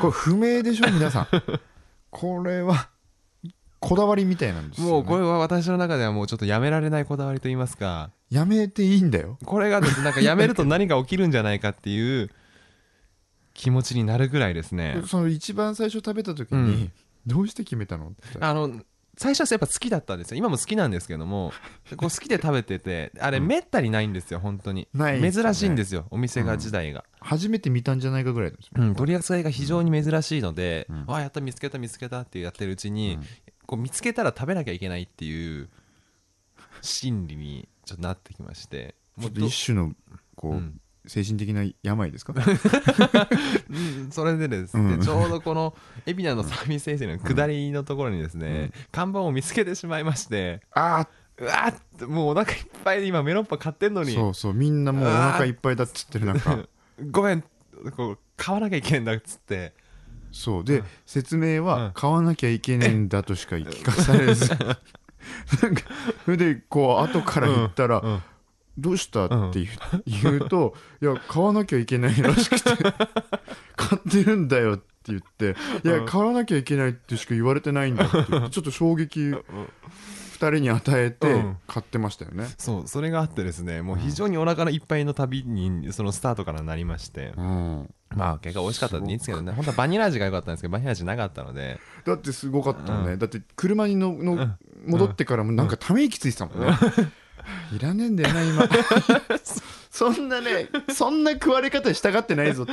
[SPEAKER 2] これ不明でしょ皆さん これはこだわりみたいなんですよ、ね、
[SPEAKER 1] もうこれは私の中ではもうちょっとやめられないこだわりといいますか
[SPEAKER 2] やめていいんだよ
[SPEAKER 1] これがですねなんかやめると何か起きるんじゃないかっていう気持ちになるぐらいです ね
[SPEAKER 2] その一番最初食べた時に、
[SPEAKER 1] うん
[SPEAKER 2] どうして決めたのって言ったら
[SPEAKER 1] あの最初はやっぱ好きだったんですよ今も好きなんですけど もこう好きで食べててあれめったにないんですよ本当に
[SPEAKER 2] ないですね
[SPEAKER 1] 珍しいんですよお店が自体が、
[SPEAKER 2] 初めて見たんじゃないかぐらいです
[SPEAKER 1] うん、取り扱いが非常に珍しいので、
[SPEAKER 2] うん
[SPEAKER 1] あやった見つけた見つけたってやってるうちに、
[SPEAKER 2] うん
[SPEAKER 1] こう見つけたら食べなきゃいけないっていう心理にちょっとなってきまして
[SPEAKER 2] ち
[SPEAKER 1] も
[SPEAKER 2] ょっ
[SPEAKER 1] う
[SPEAKER 2] と一種のこう、
[SPEAKER 1] うん
[SPEAKER 2] 精神的な 病ですか
[SPEAKER 1] うんそれでですね、
[SPEAKER 2] うん
[SPEAKER 1] ちょうどこの海老名のサービスエリアの下りのところにですね、看板を見つけてしまいまして
[SPEAKER 2] ああ
[SPEAKER 1] うわーってもうお腹いっぱいで今メロンパン買ってんのに
[SPEAKER 2] そうそうみんなもうお腹いっぱいだっつって る中
[SPEAKER 1] ごめんこう買わなきゃいけないんだっつって
[SPEAKER 2] そうで説
[SPEAKER 1] う
[SPEAKER 2] 明
[SPEAKER 1] ん
[SPEAKER 2] は買わなきゃいけないんだとしか聞かされ ずなんかそれでこう後から言ったら、
[SPEAKER 1] うん
[SPEAKER 2] どうしたって言う,、言うと「いや買わなきゃいけないらしく て買ってるんだよ」って言って「いや買わなきゃいけないってしか言われてないんだ」って言ってちょっと衝撃2人に与えて
[SPEAKER 1] うん
[SPEAKER 2] 買ってましたよね。
[SPEAKER 1] そうそれがあってですねもう非常にお腹のいっぱいの旅にそのスタートからなりまして、
[SPEAKER 2] うん
[SPEAKER 1] まあ結果美味しかったんですけどね本当はバニラ味が良かったんですけどバニラ味なかったので
[SPEAKER 2] だってすごかったもんね、
[SPEAKER 1] う
[SPEAKER 2] だって車にのの、戻ってからもなんかため息ついてたもんね、いらねえんだよな今 そんなねそんな食われ方したがってないぞって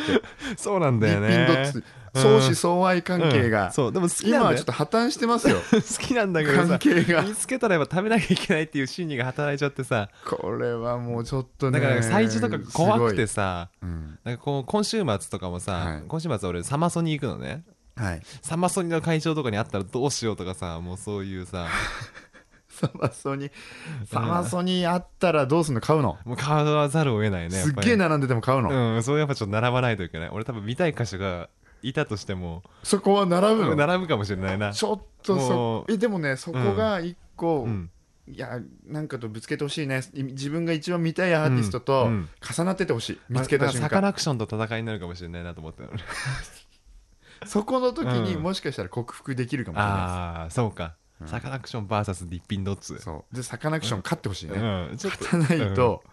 [SPEAKER 1] そうなん
[SPEAKER 2] リ
[SPEAKER 1] だよ
[SPEAKER 2] ッピンドッ
[SPEAKER 1] ね
[SPEAKER 2] ツ相思相愛関係が、
[SPEAKER 1] うんそうでも好き
[SPEAKER 2] 今
[SPEAKER 1] なん
[SPEAKER 2] は
[SPEAKER 1] だ
[SPEAKER 2] ちょ
[SPEAKER 1] よ
[SPEAKER 2] っと破綻してますよ
[SPEAKER 1] 好きなんだけどさ
[SPEAKER 2] 関係が
[SPEAKER 1] 見つけたらやっぱ食べなきゃいけないっていう心理が働いちゃってさ
[SPEAKER 2] これはもうちょっとね
[SPEAKER 1] だから催事とか怖くてさ
[SPEAKER 2] すごいうん
[SPEAKER 1] なんかこう今週末とかもさ、
[SPEAKER 2] はい
[SPEAKER 1] 今週末俺サマソニ行くのね
[SPEAKER 2] はい
[SPEAKER 1] サマソニの会場とかにあったらどうしようとかさもうそういうさ
[SPEAKER 2] サマソニサマソニあったらどうすんの買うの、
[SPEAKER 1] もう買わざるを得ないねや
[SPEAKER 2] すっ
[SPEAKER 1] ぱり
[SPEAKER 2] げえ並んでても買うの、
[SPEAKER 1] うんそうやっぱちょっと並ばないといけない俺多分見たい箇所がいたとしても
[SPEAKER 2] そこは並ぶの
[SPEAKER 1] 並ぶかもしれないな
[SPEAKER 2] ちょっと
[SPEAKER 1] も
[SPEAKER 2] そうえでもねそこが一個、
[SPEAKER 1] うん
[SPEAKER 2] いやなんかとぶつけてほしいねい自分が一番見たいアーティスト
[SPEAKER 1] うん
[SPEAKER 2] と
[SPEAKER 1] うん
[SPEAKER 2] 重なっててほしい、見つけた瞬
[SPEAKER 1] サカ
[SPEAKER 2] 間
[SPEAKER 1] ナクションと戦いになるかもしれないなと思ってたのね
[SPEAKER 2] そこの時に
[SPEAKER 1] うん
[SPEAKER 2] もしかしたら克服できるかもしれない
[SPEAKER 1] ああそうか、サカナクション VS ディッピンドッツ
[SPEAKER 2] ですそうでサカナクション勝ってほしいね、
[SPEAKER 1] うんちょっと
[SPEAKER 2] 勝たないと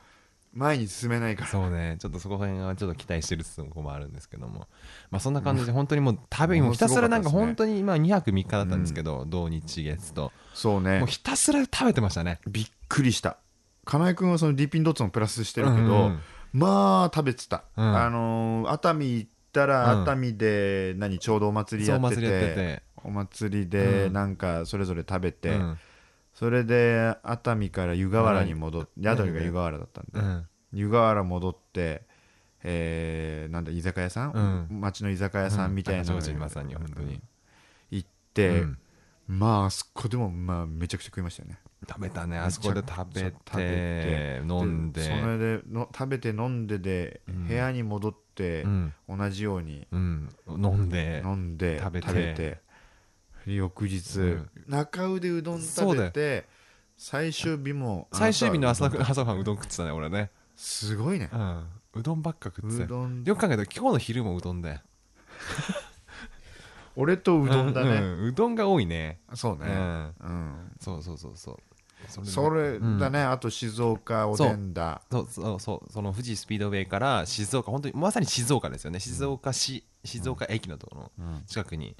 [SPEAKER 2] 前に進めないから、
[SPEAKER 1] そうねちょっとそこら辺はちょっと期待してるところもあるんですけどもまあそんな感じで本当にもう食べ
[SPEAKER 2] うん
[SPEAKER 1] もうひたすらなんか
[SPEAKER 2] ものす
[SPEAKER 1] 本
[SPEAKER 2] ご
[SPEAKER 1] 当に今2泊3日だったんですけど、土日月と
[SPEAKER 2] そうね
[SPEAKER 1] もうひたすら食べてましたね
[SPEAKER 2] びっくりした金井君はそのディーピンドッツもプラスしてるけど、
[SPEAKER 1] うんうん
[SPEAKER 2] まあ食べてた、
[SPEAKER 1] うん
[SPEAKER 2] あのー熱海行ったら、
[SPEAKER 1] うん
[SPEAKER 2] 熱海で何ちょうどお祭り
[SPEAKER 1] そう
[SPEAKER 2] や
[SPEAKER 1] お
[SPEAKER 2] ってて
[SPEAKER 1] 祭りやってて
[SPEAKER 2] お祭りで
[SPEAKER 1] うん
[SPEAKER 2] なんかそれぞれ食べて、
[SPEAKER 1] うん
[SPEAKER 2] それで熱海から湯河原に戻って、宿が湯河原だったんで、
[SPEAKER 1] うん
[SPEAKER 2] 湯河原戻って、えーなんだ居酒屋さん、町の居酒屋さんみたいなの
[SPEAKER 1] うん高知まさに本当に
[SPEAKER 2] 行って、
[SPEAKER 1] うん
[SPEAKER 2] まああそこでもまあめちゃくちゃ食いましたよね
[SPEAKER 1] 食べたねあそこで食べ
[SPEAKER 2] め
[SPEAKER 1] て
[SPEAKER 2] ちゃくちゃ食べ
[SPEAKER 1] 飲んで
[SPEAKER 2] それでの食べて飲んでで、
[SPEAKER 1] ん
[SPEAKER 2] 部屋に戻って、
[SPEAKER 1] うん
[SPEAKER 2] 同じように
[SPEAKER 1] うん、飲んで
[SPEAKER 2] 飲んで
[SPEAKER 1] 食べて
[SPEAKER 2] で翌日、
[SPEAKER 1] うん
[SPEAKER 2] 中腕うどん
[SPEAKER 1] そう
[SPEAKER 2] 食
[SPEAKER 1] だよ
[SPEAKER 2] べて最終日も
[SPEAKER 1] 最終日の朝
[SPEAKER 2] あなた
[SPEAKER 1] 朝ご
[SPEAKER 2] はうどん食べ
[SPEAKER 1] はんうどん食ってたね俺ね、
[SPEAKER 2] すごいね
[SPEAKER 1] うん、うどんばっか食って
[SPEAKER 2] う
[SPEAKER 1] たよ
[SPEAKER 2] どん
[SPEAKER 1] よく考えたら今日の昼もうどんだよ
[SPEAKER 2] 俺とうどんだね、
[SPEAKER 1] うんうんうどんが多いね
[SPEAKER 2] そう
[SPEAKER 1] う
[SPEAKER 2] ね
[SPEAKER 1] ん
[SPEAKER 2] うん、
[SPEAKER 1] そうそうそうそうそれで
[SPEAKER 2] それだね、あと静岡おでんだ
[SPEAKER 1] そうそうそうその富士スピードウェイから静岡本当にまさに静岡ですよね静岡市、静岡駅のところの近くに、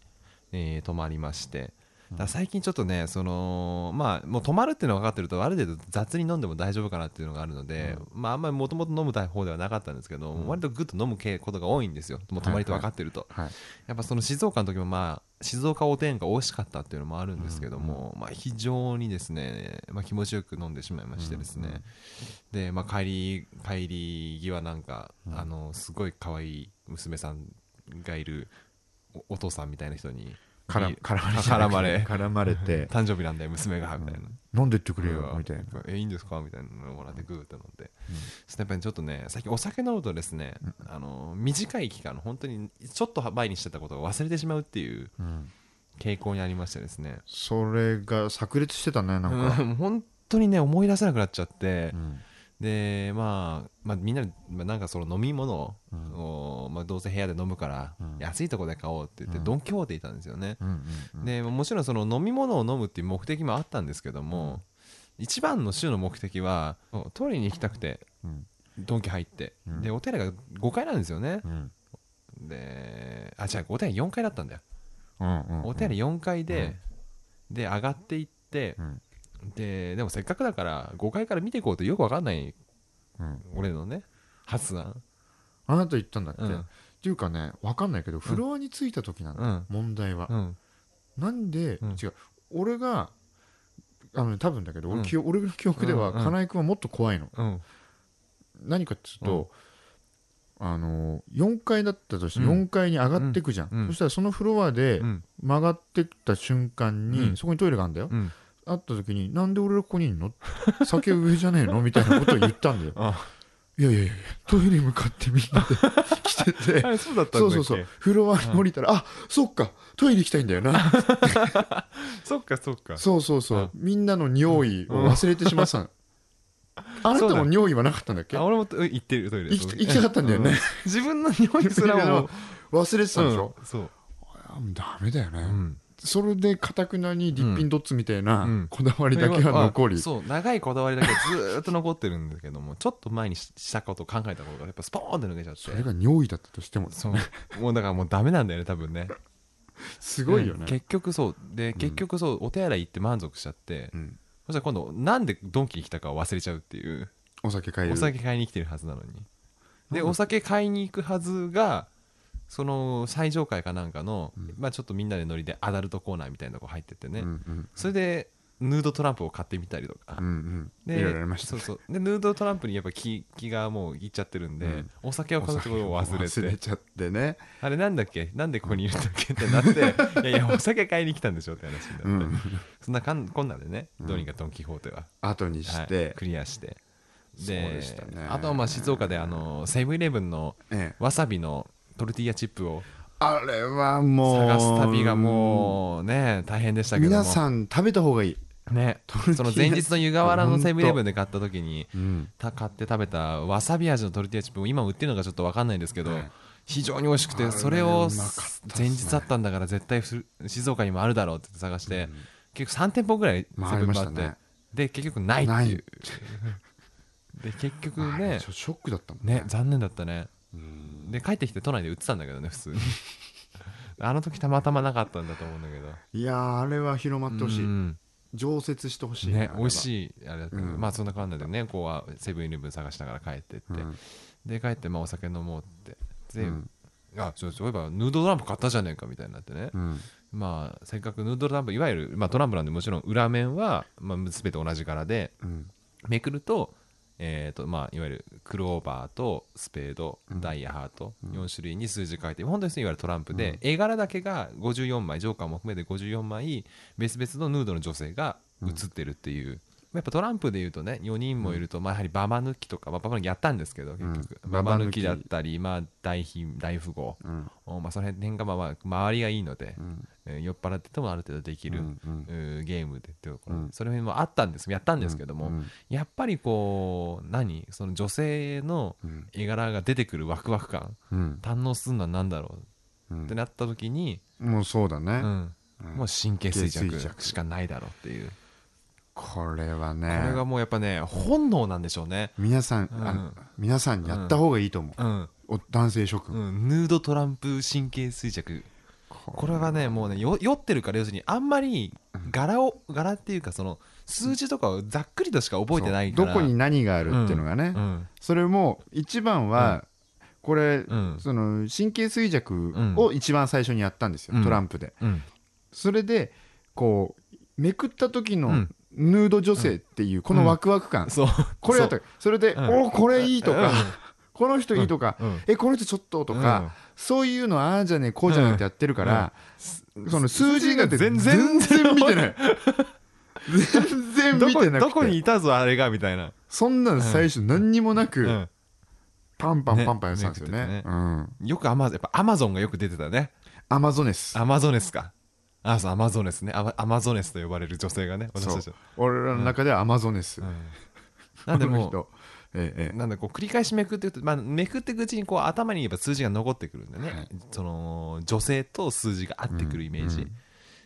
[SPEAKER 1] えー泊まりましてだから最近ちょっとねそのまあもう止まるっていうのが分かってるとある程度雑に飲んでも大丈夫かなっていうのがあるので、まああんまりもともと飲む方ではなかったんですけど、割とぐっと飲む系ことが多いんですよもう止まりと分かってると、
[SPEAKER 2] はい、
[SPEAKER 1] やっぱその静岡の時もまあ静岡おでんが美味しかったっていうのもあるんですけども、まあ、非常にですね、まあ、気持ちよく飲んでしまいましてですね、で、まあ、帰り帰り際なんか、あのすごい可愛い娘さんがいるおお父さんみたいな人に
[SPEAKER 2] から
[SPEAKER 1] いい
[SPEAKER 2] 絡まれ
[SPEAKER 1] 絡ま れ
[SPEAKER 2] 絡まれて
[SPEAKER 1] 誕生日なんだよ娘がみたいな。
[SPEAKER 2] 飲んでってくれ
[SPEAKER 1] う
[SPEAKER 2] よ
[SPEAKER 1] わ
[SPEAKER 2] みたいな
[SPEAKER 1] えいいんですかみたいなのをもらってグーって飲んで、そしてやっぱりちょっとね最近お酒飲むとですね、あの短い期間の本当にちょっと前にしてたことを忘れてしまうっていう傾向にありましてですね、
[SPEAKER 2] それが炸裂してたねなんか
[SPEAKER 1] うん本当にね思い出せなくなっちゃって
[SPEAKER 2] う、ん
[SPEAKER 1] で、まあ、まあみんなで、まあ、なんかその飲み物を、まあ、どうせ部屋で飲むから、
[SPEAKER 2] うん
[SPEAKER 1] 安いとこで買おうって言って、
[SPEAKER 2] うん
[SPEAKER 1] ドン・キホーテいたんですよね、
[SPEAKER 2] うんうんうん
[SPEAKER 1] でもちろんその飲み物を飲むっていう目的もあったんですけども、一番の週の目的は取りに行きたくて
[SPEAKER 2] うん
[SPEAKER 1] ドンキ入って、
[SPEAKER 2] うん
[SPEAKER 1] でお寺が5階なんですよね
[SPEAKER 2] う、ん
[SPEAKER 1] であ違うお寺4階だったんだよ、
[SPEAKER 2] うんうん
[SPEAKER 1] お寺4階で、で上がっていって
[SPEAKER 2] う、ん
[SPEAKER 1] ででもせっかくだから5階から見ていこうとよくわかんない
[SPEAKER 2] うん
[SPEAKER 1] 俺のね発案
[SPEAKER 2] あなた言ったんだって
[SPEAKER 1] うん
[SPEAKER 2] っていうかねわかんないけどフロアに着いた時なんだ
[SPEAKER 1] うん
[SPEAKER 2] 問題は
[SPEAKER 1] うん
[SPEAKER 2] なんで
[SPEAKER 1] うん
[SPEAKER 2] 違う俺があの多分だけど
[SPEAKER 1] う
[SPEAKER 2] 俺
[SPEAKER 1] ん
[SPEAKER 2] 記憶俺の記憶では
[SPEAKER 1] うんうん
[SPEAKER 2] 金井君はもっと怖いの
[SPEAKER 1] うん
[SPEAKER 2] 何かっつうと、あの4階だったとして4階に上がってくじゃん、
[SPEAKER 1] うんうん
[SPEAKER 2] そしたらそのフロアで
[SPEAKER 1] うん
[SPEAKER 2] 曲がってった瞬間に、
[SPEAKER 1] うん
[SPEAKER 2] そこにトイレがあるんだよ、
[SPEAKER 1] うん
[SPEAKER 2] あった時になんで俺らここにいんの酒上じゃねえのみたいなことを言ったんだよ
[SPEAKER 1] あ
[SPEAKER 2] いやいやいやトイレに向かってみんなで来てて
[SPEAKER 1] れそうだっ
[SPEAKER 2] そうそうそうフロアに降りたら、あそっかトイレ行きたいんだよな
[SPEAKER 1] そっかそっか
[SPEAKER 2] そうそうそう、
[SPEAKER 1] うん
[SPEAKER 2] みんなの匂いを忘れてしまったの、あなたも匂いはなかったんだっけ
[SPEAKER 1] あ俺も行ってるトイレ
[SPEAKER 2] 行き行きたかったんだよね
[SPEAKER 1] う自分の匂いすらも
[SPEAKER 2] 忘れてたんでしょ、
[SPEAKER 1] うんそう
[SPEAKER 2] あもうダメだよね、
[SPEAKER 1] うん
[SPEAKER 2] それでかたくなにリッピンドッツみたいな
[SPEAKER 1] うん
[SPEAKER 2] こだわりだけは残り、
[SPEAKER 1] あそう長いこだわりだけずーっと残ってるんだけどもちょっと前にししたことを考えたことがやっぱスポーンって抜けちゃって
[SPEAKER 2] それが尿意だったとしても
[SPEAKER 1] そうもうだからもうダメなんだよね多分ね
[SPEAKER 2] すごいよ
[SPEAKER 1] うん
[SPEAKER 2] ね、
[SPEAKER 1] 結局そうで結局そうお手洗い行って満足しちゃって、
[SPEAKER 2] うん
[SPEAKER 1] そしたら今度なんでドンキに来たかを忘れちゃうっていう
[SPEAKER 2] お酒買える
[SPEAKER 1] お酒買いに来てるはずなのに
[SPEAKER 2] なん
[SPEAKER 1] で
[SPEAKER 2] だ
[SPEAKER 1] お酒買いに行くはずがその最上階かなんかの、まあちょっとみんなでノリでアダルトコーナーみたいなとこ入ってってね、
[SPEAKER 2] うんうん
[SPEAKER 1] それでヌードトランプを買ってみたりとか、
[SPEAKER 2] うんうん
[SPEAKER 1] で
[SPEAKER 2] いろいろありました
[SPEAKER 1] そうそうでヌードトランプにやっぱ気気がもういっちゃってるんで、
[SPEAKER 2] うん
[SPEAKER 1] お酒を買うってことを忘れて
[SPEAKER 2] 忘れちゃってね、
[SPEAKER 1] あれなんだっけなんでここにいるんだっけってな っていやいやお酒買いに来たんでしょって話になって、
[SPEAKER 2] うん、
[SPEAKER 1] そんなかんこんなんでねどうにかドン・キホーテは、
[SPEAKER 2] 後
[SPEAKER 1] は
[SPEAKER 2] にし
[SPEAKER 1] い
[SPEAKER 2] て、
[SPEAKER 1] クリアしてで
[SPEAKER 2] そうでしたね
[SPEAKER 1] あとはまあ静岡であのセブンイレブンの
[SPEAKER 2] ええ
[SPEAKER 1] わさびのトルティーヤチップを
[SPEAKER 2] あれはもう
[SPEAKER 1] 探す旅がもうね大変でしたけども
[SPEAKER 2] 皆さん食べた方がいい、
[SPEAKER 1] ね
[SPEAKER 2] ルティーヤ
[SPEAKER 1] その前日の湯河原のセブンイレブンで買った時に
[SPEAKER 2] うん、
[SPEAKER 1] た買って食べたわさび味のトルティーヤチップも今売ってるのかちょっと分かんないんですけど、
[SPEAKER 2] はい
[SPEAKER 1] 非常に美味しく
[SPEAKER 2] あ
[SPEAKER 1] て
[SPEAKER 2] れ
[SPEAKER 1] それを
[SPEAKER 2] うまかったっすね
[SPEAKER 1] 前日だったんだから絶対ふ静岡にもあるだろうって言って探して、結局3店舗ぐらいセブン
[SPEAKER 2] 回りました
[SPEAKER 1] 回って、
[SPEAKER 2] ね
[SPEAKER 1] で結局ないって
[SPEAKER 2] ない
[SPEAKER 1] いうで結局
[SPEAKER 2] あれ
[SPEAKER 1] ね
[SPEAKER 2] ちょショックだったもんね
[SPEAKER 1] ね残念だったね
[SPEAKER 2] うん
[SPEAKER 1] で帰ってきて都内で売ってたんだけどね普通 にあの時たまたまなかったんだと思うんだけど
[SPEAKER 2] いやーあれは広まってほしい、
[SPEAKER 1] うん
[SPEAKER 2] 常設してほしい
[SPEAKER 1] ね美味
[SPEAKER 2] い、
[SPEAKER 1] しいあれだったけど、
[SPEAKER 2] うん
[SPEAKER 1] まあそんな感じでねこうはセブンイレブン探しながら帰ってって、
[SPEAKER 2] うん
[SPEAKER 1] で帰ってまあお酒飲もうってで、
[SPEAKER 2] うん
[SPEAKER 1] あそうそういえばヌードルランプ買ったじゃねえかみたいになってね、
[SPEAKER 2] うん
[SPEAKER 1] まあせっかくヌードルランプいわゆる、まあ、トランプなんでもちろん裏面は、まあ、全て同じ柄で
[SPEAKER 2] うん
[SPEAKER 1] めくると,、えーとまあ、いわゆるクローバーとスペード、ダイヤハート、4種類に数字書いて本当にいわゆるトランプで、絵柄だけが54枚ジョーカーも含めて54枚別々のヌードの女性が写ってるっていう。やっぱトランプでいうとね4人もいると、まあ、やはりババ抜きとか、まあ、ババ抜きやったんですけど結局、
[SPEAKER 2] うん
[SPEAKER 1] ババ抜
[SPEAKER 2] ババ抜
[SPEAKER 1] き
[SPEAKER 2] き
[SPEAKER 1] だったり、まあ、大貧大富豪、
[SPEAKER 2] うん
[SPEAKER 1] おまあ、その辺がまあまあ周りがいいので、
[SPEAKER 2] ん
[SPEAKER 1] えー酔っ払っててもある程度できる、
[SPEAKER 2] うんうん
[SPEAKER 1] うーゲームでっていうところ、
[SPEAKER 2] うん
[SPEAKER 1] それもあったんですやったんですけども、
[SPEAKER 2] うんうん
[SPEAKER 1] やっぱりこう何その女性の
[SPEAKER 2] うん
[SPEAKER 1] 絵柄が出てくるワクワク感
[SPEAKER 2] うん
[SPEAKER 1] 堪能するのは何だろ
[SPEAKER 2] う
[SPEAKER 1] うんってなった時に、
[SPEAKER 2] もうそうだね、
[SPEAKER 1] うん
[SPEAKER 2] うん
[SPEAKER 1] もう神経衰
[SPEAKER 2] 神経
[SPEAKER 1] 弱
[SPEAKER 2] 衰弱
[SPEAKER 1] しかないだろうっていう、
[SPEAKER 2] これはね
[SPEAKER 1] これがもうやっぱね本能なんでしょうね
[SPEAKER 2] 皆さん、
[SPEAKER 1] うん
[SPEAKER 2] あの皆さんやった方がいいと思う、
[SPEAKER 1] うん、
[SPEAKER 2] お男性諸君、
[SPEAKER 1] うん、ヌードトランプ神経衰弱
[SPEAKER 2] こ
[SPEAKER 1] これはねもうねよ酔ってるから要するにあんまり柄を柄っていうかその数字とかをざっくりとしか覚えてないか
[SPEAKER 2] そう
[SPEAKER 1] ら
[SPEAKER 2] どこに何があるっていうのがね、
[SPEAKER 1] うん
[SPEAKER 2] それも一番は、これ、
[SPEAKER 1] うん
[SPEAKER 2] その神経衰弱を一番最初にやったんですよ、
[SPEAKER 1] うん
[SPEAKER 2] トランプで
[SPEAKER 1] うん
[SPEAKER 2] それでこうめくった時
[SPEAKER 1] う
[SPEAKER 2] の
[SPEAKER 1] ん
[SPEAKER 2] ヌード女性っていうこのワクワク感、
[SPEAKER 1] そう
[SPEAKER 2] これやったそれで、
[SPEAKER 1] うん
[SPEAKER 2] おおこれいいとか、
[SPEAKER 1] うん
[SPEAKER 2] この人いいとか、
[SPEAKER 1] うん
[SPEAKER 2] えこの人ちょっととか、
[SPEAKER 1] うん
[SPEAKER 2] そういうのああじゃねえこうじゃねえってやってるから、その数字が全
[SPEAKER 1] 全
[SPEAKER 2] 然
[SPEAKER 1] 然
[SPEAKER 2] 見てない全然
[SPEAKER 1] ど
[SPEAKER 2] 見
[SPEAKER 1] こ
[SPEAKER 2] てなくて
[SPEAKER 1] どこにいたぞあれがみたいな、
[SPEAKER 2] そんなん最初何にもなく、
[SPEAKER 1] うん
[SPEAKER 2] パンパンパンパンやってたんですよね
[SPEAKER 1] ねね
[SPEAKER 2] うん、
[SPEAKER 1] よくアマやっぱアマゾンがよく出てたね
[SPEAKER 2] アマゾネス
[SPEAKER 1] アマゾネスかあそうアマゾネスねアマアマゾネスと呼ばれる女性がね私
[SPEAKER 2] そ
[SPEAKER 1] た
[SPEAKER 2] う
[SPEAKER 1] ちの、
[SPEAKER 2] 俺らの中ではアマゾネス、
[SPEAKER 1] うんなんでも
[SPEAKER 2] この
[SPEAKER 1] う
[SPEAKER 2] 人ええええ
[SPEAKER 1] なんだこう繰り返しめくっていくと、まあ、めくっていくうちにこう頭にやっぱ数字が残ってくるんだよね、
[SPEAKER 2] はい
[SPEAKER 1] その女性と数字が合ってくるイメージ、
[SPEAKER 2] うん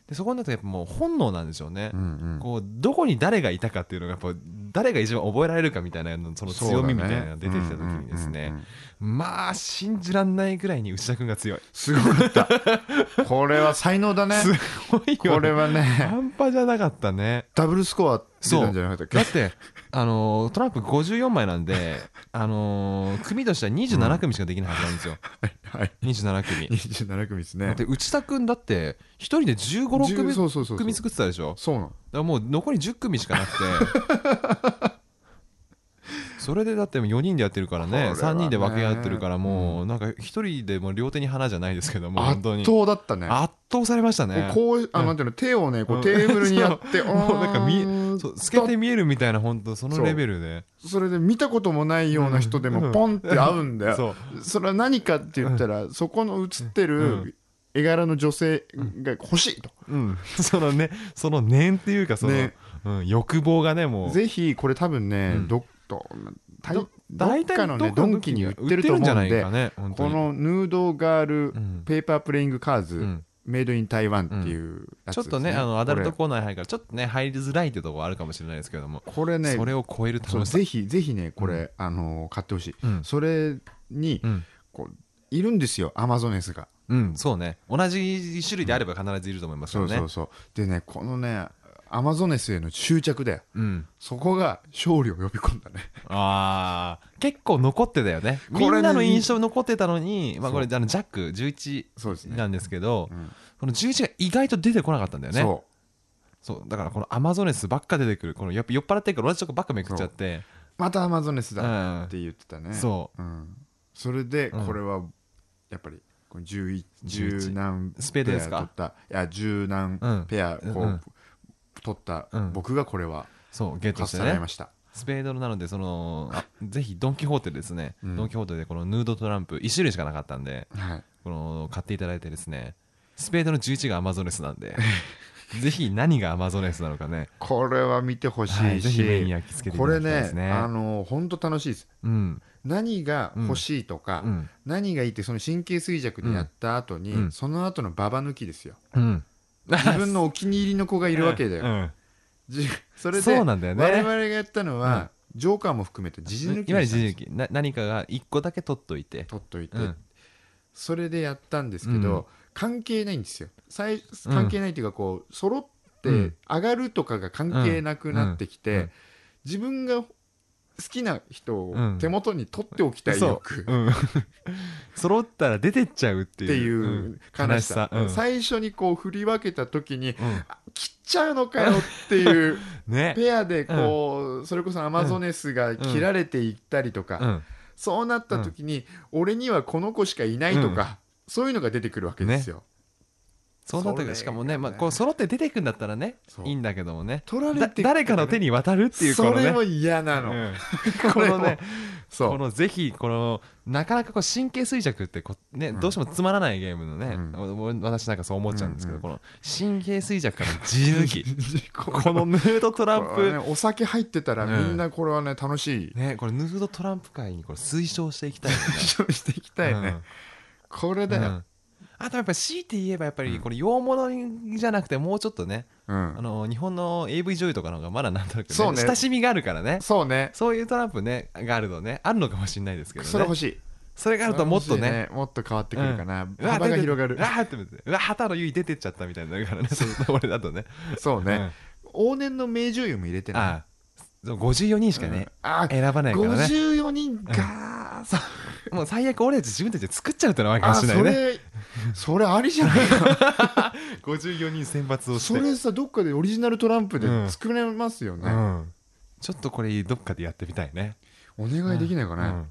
[SPEAKER 1] でそこになるとやっぱもう本能なんでしょうね、
[SPEAKER 2] うんうん
[SPEAKER 1] こうどこに誰がいたかっていうのがやっぱ誰が一番覚えられるかみたいなその強みみたいなのが出てきた時にですね
[SPEAKER 2] うんうんうんうん
[SPEAKER 1] まあ信じらんないぐらいに内田君が強い
[SPEAKER 2] すご かったこれは才能だね
[SPEAKER 1] すごいよ
[SPEAKER 2] これはね
[SPEAKER 1] 半端じゃなかったね
[SPEAKER 2] ダブルスコア出たんじゃなかったっ
[SPEAKER 1] だ
[SPEAKER 2] け
[SPEAKER 1] って、あのートランプ54枚なんで、あのー組としては27組しかできないはずなんですよ、
[SPEAKER 2] はい
[SPEAKER 1] 27組。
[SPEAKER 2] 27組です
[SPEAKER 1] だ
[SPEAKER 2] ね
[SPEAKER 1] って内田君だって1人で1 5 6組
[SPEAKER 2] 10そうそうそうそう
[SPEAKER 1] 組作ってたでしょだか
[SPEAKER 2] そうなの
[SPEAKER 1] らもう残り10組しかなくて それでだって4人でやってるから
[SPEAKER 2] これは
[SPEAKER 1] ね
[SPEAKER 2] ね
[SPEAKER 1] 3人で分け合ってるからもうなんか1人でもう両手に花じゃないですけども本
[SPEAKER 2] 圧
[SPEAKER 1] 当に
[SPEAKER 2] 倒だったね
[SPEAKER 1] 圧倒されましたね
[SPEAKER 2] こうあ
[SPEAKER 1] うん
[SPEAKER 2] なんていうの手をねこ
[SPEAKER 1] う
[SPEAKER 2] うんテーブルにや って
[SPEAKER 1] もうなんか見
[SPEAKER 2] あー
[SPEAKER 1] そう透けて見えるみたいな本当そ
[SPEAKER 2] そ
[SPEAKER 1] の
[SPEAKER 2] う
[SPEAKER 1] レベルで
[SPEAKER 2] それで見たこともないような人で
[SPEAKER 1] う
[SPEAKER 2] も
[SPEAKER 1] ん
[SPEAKER 2] ポンって合うんだよ
[SPEAKER 1] そう
[SPEAKER 2] それは何かって言ったら、そこの写って
[SPEAKER 1] うん
[SPEAKER 2] る絵柄の女性が欲しいと、
[SPEAKER 1] うん、 そのねその念っていうかその、
[SPEAKER 2] ね
[SPEAKER 1] うん、欲望がねもう
[SPEAKER 2] ぜひこれ多分ね、
[SPEAKER 1] うん
[SPEAKER 2] どっとたい
[SPEAKER 1] ど
[SPEAKER 2] どっかのね
[SPEAKER 1] っ
[SPEAKER 2] ド
[SPEAKER 1] か
[SPEAKER 2] ンキに売ってると思うん
[SPEAKER 1] じゃない
[SPEAKER 2] で
[SPEAKER 1] かね本当
[SPEAKER 2] こ
[SPEAKER 1] に
[SPEAKER 2] のヌードガー
[SPEAKER 1] う
[SPEAKER 2] ル
[SPEAKER 1] ん
[SPEAKER 2] ペーパープレイングカーズ、
[SPEAKER 1] うん
[SPEAKER 2] メイドイン台湾っていうやつ
[SPEAKER 1] ちょ
[SPEAKER 2] で
[SPEAKER 1] っ
[SPEAKER 2] す、
[SPEAKER 1] とねあのアダルト
[SPEAKER 2] こ
[SPEAKER 1] コーナーに入るからちょっとね入りづらいってとこはあるかもしれないですけども、
[SPEAKER 2] れこれね
[SPEAKER 1] それを超える
[SPEAKER 2] そう
[SPEAKER 1] 楽しさ
[SPEAKER 2] ぜひぜひねこれ、
[SPEAKER 1] う
[SPEAKER 2] あの買ってほしい、
[SPEAKER 1] うん
[SPEAKER 2] それに
[SPEAKER 1] うん、
[SPEAKER 2] こういるんですよアマゾネスが
[SPEAKER 1] うん、そうね同じ種類であれば必ずいると思いますか
[SPEAKER 2] そ
[SPEAKER 1] ら
[SPEAKER 2] う
[SPEAKER 1] ね
[SPEAKER 2] そうそうでねこのねアマゾネスへの執着だよ
[SPEAKER 1] うん、
[SPEAKER 2] そこが勝利を呼び込んだね
[SPEAKER 1] あー結構残ってたよね
[SPEAKER 2] これね
[SPEAKER 1] みんなの印象残ってたのに、まあ、
[SPEAKER 2] そ
[SPEAKER 1] こ
[SPEAKER 2] う
[SPEAKER 1] れあのジャック11
[SPEAKER 2] そうですね
[SPEAKER 1] なんですけど、
[SPEAKER 2] うん
[SPEAKER 1] この11が意外と出てこなかったんだよね
[SPEAKER 2] そう
[SPEAKER 1] そうだからこのアマゾネスばっか出てくるこのやっぱ酔っ払ってるから同じとこばっかめくっちゃって
[SPEAKER 2] またアマゾネス
[SPEAKER 1] う
[SPEAKER 2] だ
[SPEAKER 1] ん
[SPEAKER 2] って言ってたね、
[SPEAKER 1] そ
[SPEAKER 2] うんそれで
[SPEAKER 1] うん
[SPEAKER 2] これはやっぱりこの11
[SPEAKER 1] 11
[SPEAKER 2] 十何
[SPEAKER 1] スペードですか
[SPEAKER 2] ペア取ったいや十何ペア
[SPEAKER 1] うん
[SPEAKER 2] こ
[SPEAKER 1] うん
[SPEAKER 2] う取った
[SPEAKER 1] うん
[SPEAKER 2] 僕がこれは
[SPEAKER 1] そうゲッ
[SPEAKER 2] か
[SPEAKER 1] ト
[SPEAKER 2] っ
[SPEAKER 1] して
[SPEAKER 2] さらい
[SPEAKER 1] ね
[SPEAKER 2] ました
[SPEAKER 1] スペードなのでそのあぜひドン・キホーテですね、
[SPEAKER 2] うん
[SPEAKER 1] ドン・キホーテでこのヌードトランプ1種類しかなかったんで
[SPEAKER 2] はい
[SPEAKER 1] この買っていただいてですねスペードの11がアマゾネス なんでぜひ何がアマゾネスなのかね、
[SPEAKER 2] これは見てほし
[SPEAKER 1] はい、
[SPEAKER 2] い
[SPEAKER 1] ぜひ目に
[SPEAKER 2] し
[SPEAKER 1] 焼き付けてい
[SPEAKER 2] こ
[SPEAKER 1] ただき
[SPEAKER 2] れ
[SPEAKER 1] たいで
[SPEAKER 2] ね
[SPEAKER 1] すね
[SPEAKER 2] あの本当楽しいです
[SPEAKER 1] うん
[SPEAKER 2] 何が欲しいとか
[SPEAKER 1] うん
[SPEAKER 2] 何がいいってその神経衰弱でやった後
[SPEAKER 1] う
[SPEAKER 2] に
[SPEAKER 1] ん
[SPEAKER 2] その後のババ抜きですよ
[SPEAKER 1] うん
[SPEAKER 2] 自分のお気に入りの子がいるわけだよ
[SPEAKER 1] よ、
[SPEAKER 2] じそれで
[SPEAKER 1] そうなんだよね
[SPEAKER 2] 我々がやったのは、ジョーカーも含めて時
[SPEAKER 1] うん、
[SPEAKER 2] 事抜き
[SPEAKER 1] いわゆ
[SPEAKER 2] に
[SPEAKER 1] る
[SPEAKER 2] したん
[SPEAKER 1] 時事
[SPEAKER 2] です
[SPEAKER 1] 抜きな何かが1個だけ取っといて
[SPEAKER 2] 取っといて、
[SPEAKER 1] うん
[SPEAKER 2] それでやったんですけど、
[SPEAKER 1] うん
[SPEAKER 2] 関係ないんですよ最関係ないっていうかこう揃って
[SPEAKER 1] うん
[SPEAKER 2] 上がるとかが関係なくなってきて、
[SPEAKER 1] うんうん
[SPEAKER 2] 自分が好きな人
[SPEAKER 1] う
[SPEAKER 2] を
[SPEAKER 1] ん
[SPEAKER 2] 手元に取っておきたい
[SPEAKER 1] そう
[SPEAKER 2] 欲、っ
[SPEAKER 1] うん、 揃ったら出てっちゃうって
[SPEAKER 2] て
[SPEAKER 1] いう
[SPEAKER 2] いう悲しさ,、
[SPEAKER 1] うん悲しさ
[SPEAKER 2] 最初にこう振り分けた時に
[SPEAKER 1] うん
[SPEAKER 2] あ切っちゃうのかよっ ていう。
[SPEAKER 1] うんね
[SPEAKER 2] ペアでこう、それこそアマゾネスが切られていったりとか、
[SPEAKER 1] う
[SPEAKER 2] そうなった時に、俺にはこの子しかいないとか、そういうのが出てくるわけですよ。
[SPEAKER 1] そうなった
[SPEAKER 2] それ
[SPEAKER 1] らしかもね、
[SPEAKER 2] がね
[SPEAKER 1] まあ、こう揃って出てくんだったらね
[SPEAKER 2] そう
[SPEAKER 1] いいんだけどもね
[SPEAKER 2] 取られ
[SPEAKER 1] だ
[SPEAKER 2] て
[SPEAKER 1] 誰かの手
[SPEAKER 2] に
[SPEAKER 1] に渡るっていうこ
[SPEAKER 2] そ
[SPEAKER 1] の
[SPEAKER 2] れ
[SPEAKER 1] ね
[SPEAKER 2] も嫌なの。
[SPEAKER 1] うん
[SPEAKER 2] こ
[SPEAKER 1] こ
[SPEAKER 2] れ
[SPEAKER 1] の
[SPEAKER 2] も
[SPEAKER 1] ね
[SPEAKER 2] そう
[SPEAKER 1] このぜひこのなかなかこう神経衰弱ってこうね
[SPEAKER 2] うん
[SPEAKER 1] どうしてもつまらないゲームのね、
[SPEAKER 2] うん
[SPEAKER 1] 私なんかそう思っちゃうんですけど、
[SPEAKER 2] うん
[SPEAKER 1] この神経衰弱からの自由気
[SPEAKER 2] こ
[SPEAKER 1] このムードトラン
[SPEAKER 2] これね
[SPEAKER 1] プ
[SPEAKER 2] お酒入ってたら
[SPEAKER 1] うん
[SPEAKER 2] みんなこれはね楽しい。
[SPEAKER 1] ねこれヌードトランプ界にこれ推奨していきたいよね
[SPEAKER 2] していきたいね。
[SPEAKER 1] うん
[SPEAKER 2] これだよ。
[SPEAKER 1] あとやっぱ強いて言えばやっぱりこれ洋物じゃなくてもうちょっとね、
[SPEAKER 2] うん
[SPEAKER 1] あの日本の AV 女優とかの方がまだなんとなく、ね
[SPEAKER 2] そうね
[SPEAKER 1] 親しみがあるからね
[SPEAKER 2] そうね。
[SPEAKER 1] そういうトランプねがあるのねあるのかもしれないですけどね
[SPEAKER 2] それ欲しい。
[SPEAKER 1] それがあるともっとね
[SPEAKER 2] 欲しいもっと変わってくるかな、
[SPEAKER 1] うわ
[SPEAKER 2] 幅が広がる
[SPEAKER 1] 出てうわーって思ってうわ畑野由衣出てっちゃったみたいになるからねその俺だとね
[SPEAKER 2] そうね、往年の名女優も入れて
[SPEAKER 1] うん
[SPEAKER 2] ない
[SPEAKER 1] ああ54人しかね、
[SPEAKER 2] うんあ
[SPEAKER 1] 選ばないからね
[SPEAKER 2] 54人か、そう
[SPEAKER 1] もう最悪俺たち自分たちで作っちゃうってのはわけ
[SPEAKER 2] あ
[SPEAKER 1] かもしれな
[SPEAKER 2] そ
[SPEAKER 1] いね
[SPEAKER 2] れそれありじゃない か
[SPEAKER 1] 54人選抜をして
[SPEAKER 2] それさどっかでオリジナルトランプで
[SPEAKER 1] うん
[SPEAKER 2] 作れますよ
[SPEAKER 1] う
[SPEAKER 2] ね、
[SPEAKER 1] ん、ちょっとこれどっかでやってみたいね
[SPEAKER 2] お願いできないかね、
[SPEAKER 1] うん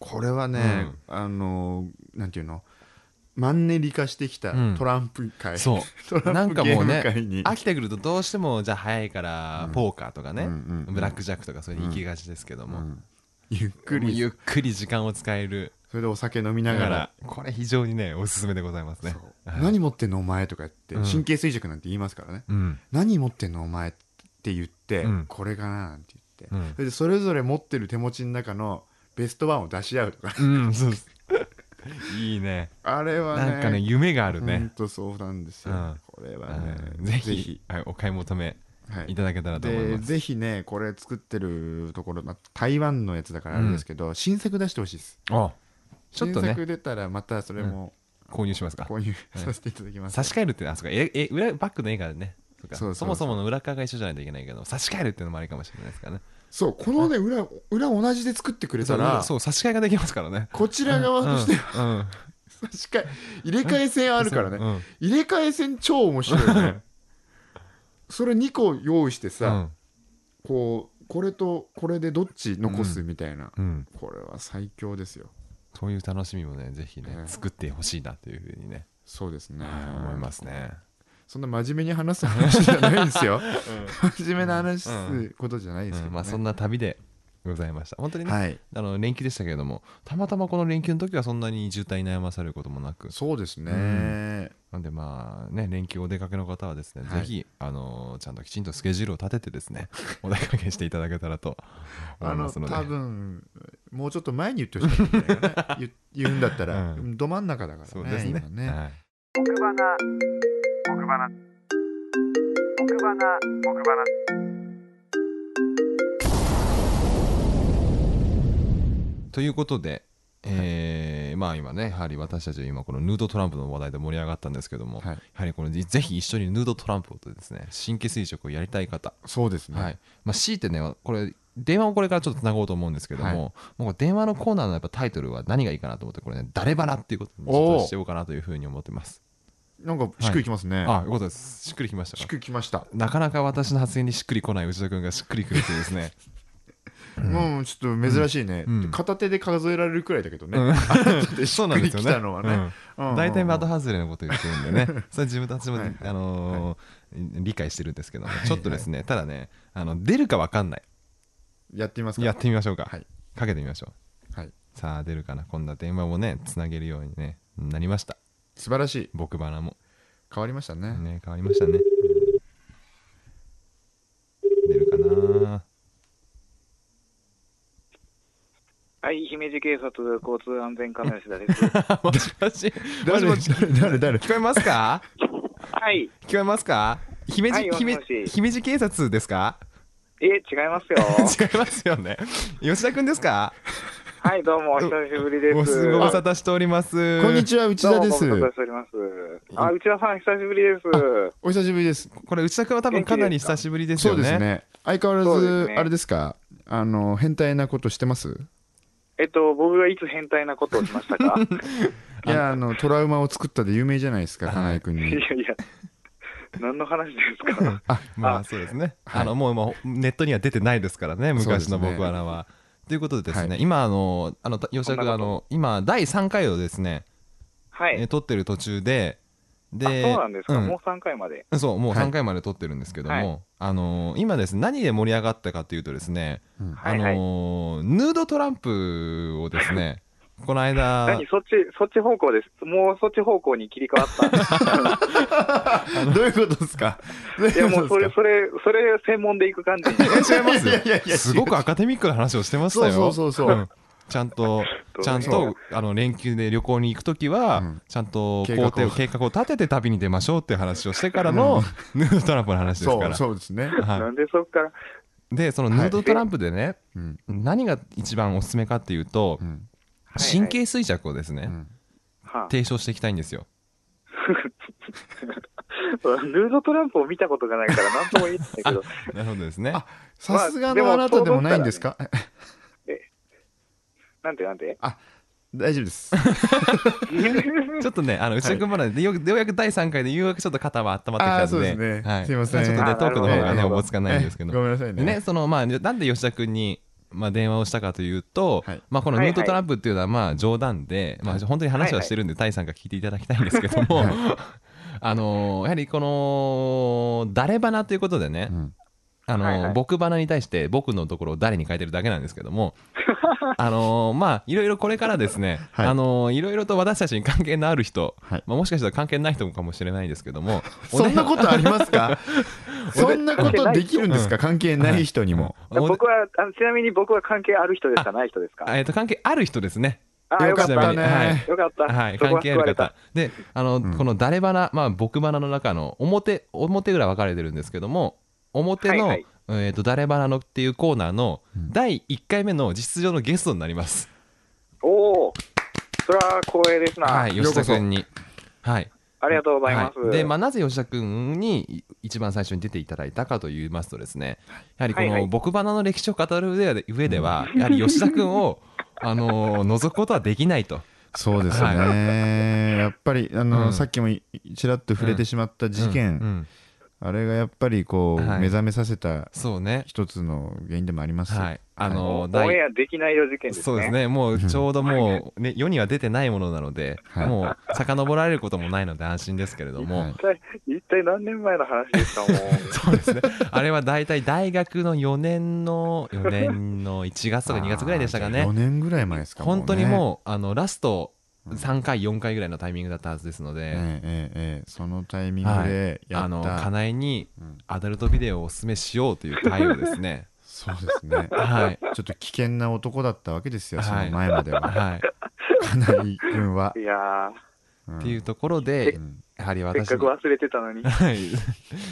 [SPEAKER 2] これはね、あのーなんていうのマンネリ化してきた
[SPEAKER 1] うん
[SPEAKER 2] トランプ界、
[SPEAKER 1] そう
[SPEAKER 2] トラ
[SPEAKER 1] な
[SPEAKER 2] ン
[SPEAKER 1] ん
[SPEAKER 2] プ
[SPEAKER 1] か
[SPEAKER 2] ゲ
[SPEAKER 1] も
[SPEAKER 2] ー
[SPEAKER 1] う
[SPEAKER 2] ム
[SPEAKER 1] ね
[SPEAKER 2] 界に
[SPEAKER 1] 飽きてくるとどうしてもじゃあ早いから
[SPEAKER 2] うん
[SPEAKER 1] ポーカーとかね、
[SPEAKER 2] うんうんうん
[SPEAKER 1] ブラックジャックとかそれに行きがちですけども、
[SPEAKER 2] うんゆっく
[SPEAKER 1] もうゆ
[SPEAKER 2] り
[SPEAKER 1] っくり時間を使える
[SPEAKER 2] それでお酒飲みな
[SPEAKER 1] だ
[SPEAKER 2] が
[SPEAKER 1] かららこれ非常にねおすすめでございますね
[SPEAKER 2] そう
[SPEAKER 1] はい
[SPEAKER 2] 何持ってんのお前とか言
[SPEAKER 1] う
[SPEAKER 2] っ
[SPEAKER 1] ん
[SPEAKER 2] て神経衰弱なんて言いますからね
[SPEAKER 1] うん
[SPEAKER 2] 何持ってんのお前って言って
[SPEAKER 1] うん
[SPEAKER 2] これかななんて言
[SPEAKER 1] う
[SPEAKER 2] って
[SPEAKER 1] ん
[SPEAKER 2] それでそれぞれ持ってる手持ちの中のベストワンを出し合うとか
[SPEAKER 1] うんそうですいいね
[SPEAKER 2] あれはね
[SPEAKER 1] なんかね夢がある
[SPEAKER 2] ほん
[SPEAKER 1] ね、
[SPEAKER 2] とそうなんです
[SPEAKER 1] う
[SPEAKER 2] よ
[SPEAKER 1] ん
[SPEAKER 2] これ
[SPEAKER 1] う
[SPEAKER 2] はね
[SPEAKER 1] ん、ぜひはいお買い求め
[SPEAKER 2] はい
[SPEAKER 1] いただけたらと思い
[SPEAKER 2] で
[SPEAKER 1] ます、
[SPEAKER 2] ぜひねこれ作ってるところ、まあ、台湾のやつだからあれですけど、新作出してほしいです
[SPEAKER 1] あちょっと
[SPEAKER 2] 新
[SPEAKER 1] ね
[SPEAKER 2] 作出たらまたそれも
[SPEAKER 1] 購入しますか
[SPEAKER 2] 購入させていただきます、
[SPEAKER 1] 差し替えるってあそうかええ裏バックの映画でねそうか
[SPEAKER 2] そうそう
[SPEAKER 1] そもそもの裏側が一緒じゃないといけないけど差し替えるっていうのもありかもしれないですからね
[SPEAKER 2] そうこのね裏裏同じで作ってくれた
[SPEAKER 1] そう
[SPEAKER 2] ら
[SPEAKER 1] そう差し替えができますからね
[SPEAKER 2] こちら側としては
[SPEAKER 1] うんうん
[SPEAKER 2] 差し替え入れ替え線あるからね、
[SPEAKER 1] うん
[SPEAKER 2] 入れ替え線超面白いよね それ2個用意して
[SPEAKER 1] う
[SPEAKER 2] さ、
[SPEAKER 1] ん
[SPEAKER 2] こうこれとこれでどっち残すみたいな、
[SPEAKER 1] うん
[SPEAKER 2] これは最強ですよ
[SPEAKER 1] そういう楽しみもねぜひね
[SPEAKER 2] ね
[SPEAKER 1] 作ってほしいなというふうにね
[SPEAKER 2] そうですね
[SPEAKER 1] 思いますね
[SPEAKER 2] そんな真面目に話す話じゃないん ですよ。真面目な話すことじゃないですけ
[SPEAKER 1] う
[SPEAKER 2] ど、ね
[SPEAKER 1] んまあそんな旅でございました本当にね
[SPEAKER 2] はい。
[SPEAKER 1] あの連休でしたけれどもたまたまこの連休の時はそんなに渋滞に悩まされることもなく
[SPEAKER 2] そうですね。
[SPEAKER 1] うんなんでまあね連休お出かけの方はですね、
[SPEAKER 2] はい
[SPEAKER 1] ぜひあのーちゃんときちんとスケジュールを立ててです ねお出かけしていただけたらと思
[SPEAKER 2] あ
[SPEAKER 1] いま
[SPEAKER 2] の
[SPEAKER 1] すので
[SPEAKER 2] 多分もうちょっと前に言ってほしかったんだ よね言言うんだったら、
[SPEAKER 1] う
[SPEAKER 2] ど真ん中だからね。
[SPEAKER 1] そうですね
[SPEAKER 2] 今ね
[SPEAKER 1] はい、ということで、えーまあ今ねやはり私たちは今このヌードトランプの話題で盛り上がったんですけども、
[SPEAKER 2] はい
[SPEAKER 1] やはりこのぜぜひ一緒にヌードトランプをとですね神経衰弱をやりたい方
[SPEAKER 2] そうですね。
[SPEAKER 1] はいまあ、強いてねこれ電話をこれからちょっとつなごうと思うんですけども,、
[SPEAKER 2] はい
[SPEAKER 1] もうこれ電話のコーナーのやっぱタイトルは何がいいかなと思ってこれね「誰バラ」っていうことにちょっ
[SPEAKER 2] おー
[SPEAKER 1] としようかなというふうに思ってます
[SPEAKER 2] なんかしっくりきますね。
[SPEAKER 1] あよかったですしっくりきました
[SPEAKER 2] しっ
[SPEAKER 1] か
[SPEAKER 2] くりきました。
[SPEAKER 1] なかなか私の発言にしっくりこない内田君がしっくりくるというですね
[SPEAKER 2] うん、ちょっと珍しいね、
[SPEAKER 1] うん
[SPEAKER 2] 片手で数えられるくらいだけど ね。
[SPEAKER 1] うん
[SPEAKER 2] あな たでし
[SPEAKER 1] そう
[SPEAKER 2] っ
[SPEAKER 1] な
[SPEAKER 2] く
[SPEAKER 1] んで
[SPEAKER 2] り
[SPEAKER 1] すよ
[SPEAKER 2] き
[SPEAKER 1] ね
[SPEAKER 2] たのはね。うんうんうん
[SPEAKER 1] 大体的外れのこと言ってるんでね それ自分たちも、
[SPEAKER 2] はいはい
[SPEAKER 1] あのー理解してるんですけどもちょっとですね、ただねあの出るか分かんない
[SPEAKER 2] やってみますか。
[SPEAKER 1] やってみましょうか、
[SPEAKER 2] はい
[SPEAKER 1] かけてみましょう、
[SPEAKER 2] はい
[SPEAKER 1] さあ出るかなこんな電話もねつなげるように、ね、なりました
[SPEAKER 2] 素晴らしい。
[SPEAKER 1] 僕バラも
[SPEAKER 2] 変わりましたね。
[SPEAKER 1] ね変わりましたね出るかな
[SPEAKER 3] はい、姫路警察交通安全課の吉 田です。
[SPEAKER 1] も しも しもしも
[SPEAKER 2] 誰
[SPEAKER 1] し
[SPEAKER 2] 誰誰誰
[SPEAKER 1] 聞こえますか
[SPEAKER 3] はい、
[SPEAKER 1] 聞こえますか姫
[SPEAKER 3] はい
[SPEAKER 1] 路
[SPEAKER 3] もしも
[SPEAKER 1] 姫
[SPEAKER 3] し
[SPEAKER 1] 姫路警察ですか
[SPEAKER 3] え、違いますよ。
[SPEAKER 1] 違いますよね吉田君ですか
[SPEAKER 3] はい、どうも、お久しぶりです。
[SPEAKER 1] おすご無沙汰しております
[SPEAKER 2] こんにちは、内田で
[SPEAKER 3] どうもご無沙汰
[SPEAKER 2] す
[SPEAKER 3] し。ております。あ、内田さん、久しぶりです。
[SPEAKER 2] お久しぶりです。
[SPEAKER 1] これ内田君は多分かなり久しぶりです
[SPEAKER 2] そ
[SPEAKER 1] よ
[SPEAKER 2] う
[SPEAKER 1] ね
[SPEAKER 2] ですね。相変わら
[SPEAKER 3] そうで
[SPEAKER 2] ず
[SPEAKER 3] す、ね
[SPEAKER 2] あれですか、あの変態なことしてます
[SPEAKER 3] えっと、僕がいつ変態なことをしまし たか
[SPEAKER 2] いや、あのトラウマを作ったで有名じゃないですか、
[SPEAKER 1] はい
[SPEAKER 2] 金井君
[SPEAKER 3] いや
[SPEAKER 2] に
[SPEAKER 3] い。や、何の話ですか
[SPEAKER 1] まあ
[SPEAKER 3] あ
[SPEAKER 1] そうですね、
[SPEAKER 2] はい
[SPEAKER 1] あのもう今ネットには出てないですからね昔の
[SPEAKER 2] そうですね
[SPEAKER 1] 僕はらは。ということでですね、
[SPEAKER 2] はい
[SPEAKER 1] 今あのあのた吉田
[SPEAKER 3] こん
[SPEAKER 1] 君
[SPEAKER 3] な
[SPEAKER 1] あ
[SPEAKER 3] こと
[SPEAKER 1] の今第3回をですね、
[SPEAKER 3] は
[SPEAKER 1] えー
[SPEAKER 3] い。
[SPEAKER 1] 撮ってる途中でで
[SPEAKER 3] あ、そうなんですか、
[SPEAKER 1] うん
[SPEAKER 3] もう3回まで。
[SPEAKER 1] そうもう
[SPEAKER 2] はい
[SPEAKER 1] 3回まで撮ってるんですけども、
[SPEAKER 3] はい
[SPEAKER 1] あのー今ですね何で盛り上がったかというとですね、
[SPEAKER 2] うん
[SPEAKER 3] はいはい
[SPEAKER 1] あのーヌードトランプをですねこの間
[SPEAKER 3] 何、そっち、そっち方向です。もうそっち方向に切り替 わった。
[SPEAKER 2] どういうことですかどう
[SPEAKER 3] いや、
[SPEAKER 2] いう
[SPEAKER 3] も
[SPEAKER 2] こ
[SPEAKER 3] う
[SPEAKER 2] と
[SPEAKER 3] そ
[SPEAKER 2] で
[SPEAKER 3] れ、それ、それ専門でいく感じに。
[SPEAKER 1] え違いま
[SPEAKER 2] いやいやい や
[SPEAKER 1] すすごくアカデミックな話をしてましたよ
[SPEAKER 2] そうそうそうそうん
[SPEAKER 1] ちゃんと
[SPEAKER 3] どう
[SPEAKER 1] ちゃんとあの連休で旅行に行くときは、
[SPEAKER 2] うん
[SPEAKER 1] ちゃんと
[SPEAKER 2] 計
[SPEAKER 1] 工
[SPEAKER 2] 画を
[SPEAKER 1] 程を計画を立てて旅に出ましょうっていう話をしてからの、ヌードトランプの話
[SPEAKER 2] す
[SPEAKER 1] です
[SPEAKER 2] かそ
[SPEAKER 1] か
[SPEAKER 2] う
[SPEAKER 1] ら
[SPEAKER 2] そうですね。
[SPEAKER 1] は
[SPEAKER 3] なんでそっから。
[SPEAKER 1] い、でそのヌードトランプでね、
[SPEAKER 2] うん
[SPEAKER 1] 何が一番おすすめかっていうと、
[SPEAKER 2] うん
[SPEAKER 3] はい
[SPEAKER 1] 神経衰弱をですね、
[SPEAKER 2] うん
[SPEAKER 3] はあ、
[SPEAKER 1] 提唱していきたいんですよ。
[SPEAKER 3] ヌードトランプを見たことがないから、なんとも言えないけど、
[SPEAKER 1] なるほどですね。
[SPEAKER 2] あさすがのあなたでもないんですか
[SPEAKER 3] なんてなんて。
[SPEAKER 2] 大丈夫です。
[SPEAKER 1] ちょっとね、あの内田君まだねようようやく第3回でようやくちょっと肩は温まってきた
[SPEAKER 2] あーそうんで
[SPEAKER 1] です
[SPEAKER 2] ね
[SPEAKER 1] はい
[SPEAKER 2] すいません
[SPEAKER 1] ちょっとね
[SPEAKER 3] あ
[SPEAKER 1] トークの方
[SPEAKER 3] な
[SPEAKER 1] が
[SPEAKER 3] る
[SPEAKER 1] ね
[SPEAKER 3] ほ
[SPEAKER 1] お
[SPEAKER 3] ど
[SPEAKER 1] ぼつかないんですけど
[SPEAKER 2] えごめんなさい
[SPEAKER 1] で
[SPEAKER 2] ね。
[SPEAKER 1] ね、そのまあなんで吉田君に、まあ、電話をしたかというと、
[SPEAKER 2] はい
[SPEAKER 1] まあ、このヌートトランプっていうのはまあ冗談で、まあ、本当に話はしてるんで、タイさんが聞いていただきたいんですけども、 あのーやはりこの誰花ということでね、
[SPEAKER 2] うん
[SPEAKER 1] あのー
[SPEAKER 3] はいはい
[SPEAKER 1] 僕花に対して僕のところを誰に変えてるだけなんですけどもあのーまあいろいろこれからですね、
[SPEAKER 2] はい
[SPEAKER 1] あのーいろいろと私たちに関係のある人、
[SPEAKER 2] はい
[SPEAKER 1] まあ、もしかしたら関係ない人かもしれないですけども
[SPEAKER 2] そんなことあります かそんなことできるんです
[SPEAKER 1] う
[SPEAKER 2] か関係ない人 にも。
[SPEAKER 1] お
[SPEAKER 3] 僕はあの、ちなみに僕は関係ある人ですか、ない人ですか。
[SPEAKER 1] えーと関係ある人ですね
[SPEAKER 3] ああ、よかっ
[SPEAKER 1] ちな
[SPEAKER 3] た
[SPEAKER 1] みに
[SPEAKER 3] ね。
[SPEAKER 1] はい
[SPEAKER 3] よかった。
[SPEAKER 1] はい、
[SPEAKER 3] そこ
[SPEAKER 1] 関
[SPEAKER 3] は
[SPEAKER 1] 係
[SPEAKER 3] 救
[SPEAKER 1] ある
[SPEAKER 3] われ
[SPEAKER 1] 方
[SPEAKER 3] た。
[SPEAKER 1] であの、
[SPEAKER 2] ん
[SPEAKER 1] この「誰花」まあ僕花の中の表表裏分かれてるんですけども表の「
[SPEAKER 3] はいはい
[SPEAKER 1] えー、と誰花の」っていうコーナーの第1回目の実質上のゲストになります、
[SPEAKER 3] おお、それは光栄です な。
[SPEAKER 1] はい吉田君にはい
[SPEAKER 3] ありがとうございま
[SPEAKER 1] は
[SPEAKER 3] す。
[SPEAKER 1] い、で、まあ、なぜ吉田君に一番最初に出ていただいたかと言いますとですねやはりこ
[SPEAKER 3] はいは
[SPEAKER 1] の
[SPEAKER 3] い
[SPEAKER 1] 僕花の歴史を語る上で上ではやはり吉田君をあの 覗くことはできないと。
[SPEAKER 2] そうですね、やっぱりあの、
[SPEAKER 1] うん
[SPEAKER 2] さっきもいちらっと触れてしまった事件、
[SPEAKER 1] うんうん
[SPEAKER 2] あれがやっぱりこう、
[SPEAKER 1] はい
[SPEAKER 2] 目覚めさせた
[SPEAKER 1] そうね
[SPEAKER 2] 一つの原因でもあります、
[SPEAKER 1] はいあ
[SPEAKER 3] お
[SPEAKER 1] の
[SPEAKER 3] オン
[SPEAKER 1] 第
[SPEAKER 3] エアできないよ事件ですね。
[SPEAKER 1] そうです。ね、もうちょうどもう、ね、世には出てないものなので、
[SPEAKER 2] はい
[SPEAKER 1] もう遡られることもないので安心ですけれども、
[SPEAKER 2] はい
[SPEAKER 3] 一体、一体何年前の話ですか、もう。
[SPEAKER 1] そうですね、あれは大体大学の4年の、4年の1月とか2月ぐらいでしたか
[SPEAKER 2] 4
[SPEAKER 1] ね、
[SPEAKER 2] 年ぐらい前ですか
[SPEAKER 1] 本当に
[SPEAKER 2] うね
[SPEAKER 1] もう、あのラスト
[SPEAKER 2] うん
[SPEAKER 1] 3回、4回ぐらいのタイミングだったはずですので、
[SPEAKER 2] ええええええそのタイミングでやった、
[SPEAKER 1] あのかなえに
[SPEAKER 2] うん
[SPEAKER 1] アダルトビデオをおすすめしようという回をですね、
[SPEAKER 2] そうです ね
[SPEAKER 1] はい、
[SPEAKER 2] ちょっと危険な男だったわけですよそ
[SPEAKER 1] はい
[SPEAKER 2] の前までは、
[SPEAKER 1] はい、
[SPEAKER 2] かなり君 は、
[SPEAKER 3] いや
[SPEAKER 2] うん
[SPEAKER 1] っていうところ
[SPEAKER 2] う
[SPEAKER 1] で、
[SPEAKER 2] ん
[SPEAKER 1] やはり
[SPEAKER 3] ー、せっ
[SPEAKER 1] 私
[SPEAKER 3] かく忘れてたの に。
[SPEAKER 1] はい、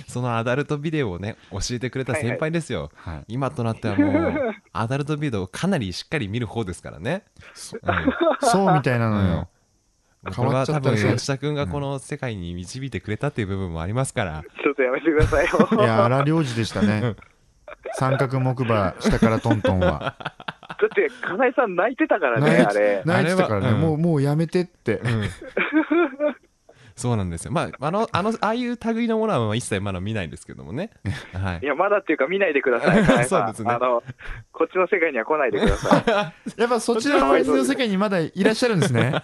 [SPEAKER 1] そのアダルトビデオをね、教えてくれた先輩ですよ。
[SPEAKER 2] はい、
[SPEAKER 1] 今となってはも うアダルトビデオをかなりしっかり見る方ですからね、
[SPEAKER 2] そ
[SPEAKER 1] うん
[SPEAKER 2] そうみたいなのよ、
[SPEAKER 1] これは多分
[SPEAKER 2] 変わっちゃったね
[SPEAKER 1] 吉田君がこの世界に導いてくれたっていう部分もありますから、
[SPEAKER 3] ちょっとやめてくださいよ。
[SPEAKER 2] いや荒良治でしたね三角木馬下からトントン は
[SPEAKER 3] だって、金井さん泣いてたからね、
[SPEAKER 2] 泣いて
[SPEAKER 3] あれ。
[SPEAKER 2] 泣いてたからね、
[SPEAKER 1] あれはうん
[SPEAKER 2] もうもうやめてって、
[SPEAKER 1] うん そうなんですよまああのあのああいう類のものはまあ一切まだ見ないですけどもね、はい
[SPEAKER 3] い、や、まだっていうか見ないでくだ さい、金井
[SPEAKER 1] そう
[SPEAKER 3] さん。
[SPEAKER 1] ですね
[SPEAKER 3] あの、こっちの世界には来ないでください。
[SPEAKER 2] やっぱそちらの水の世界にまだいらっしゃるんです ね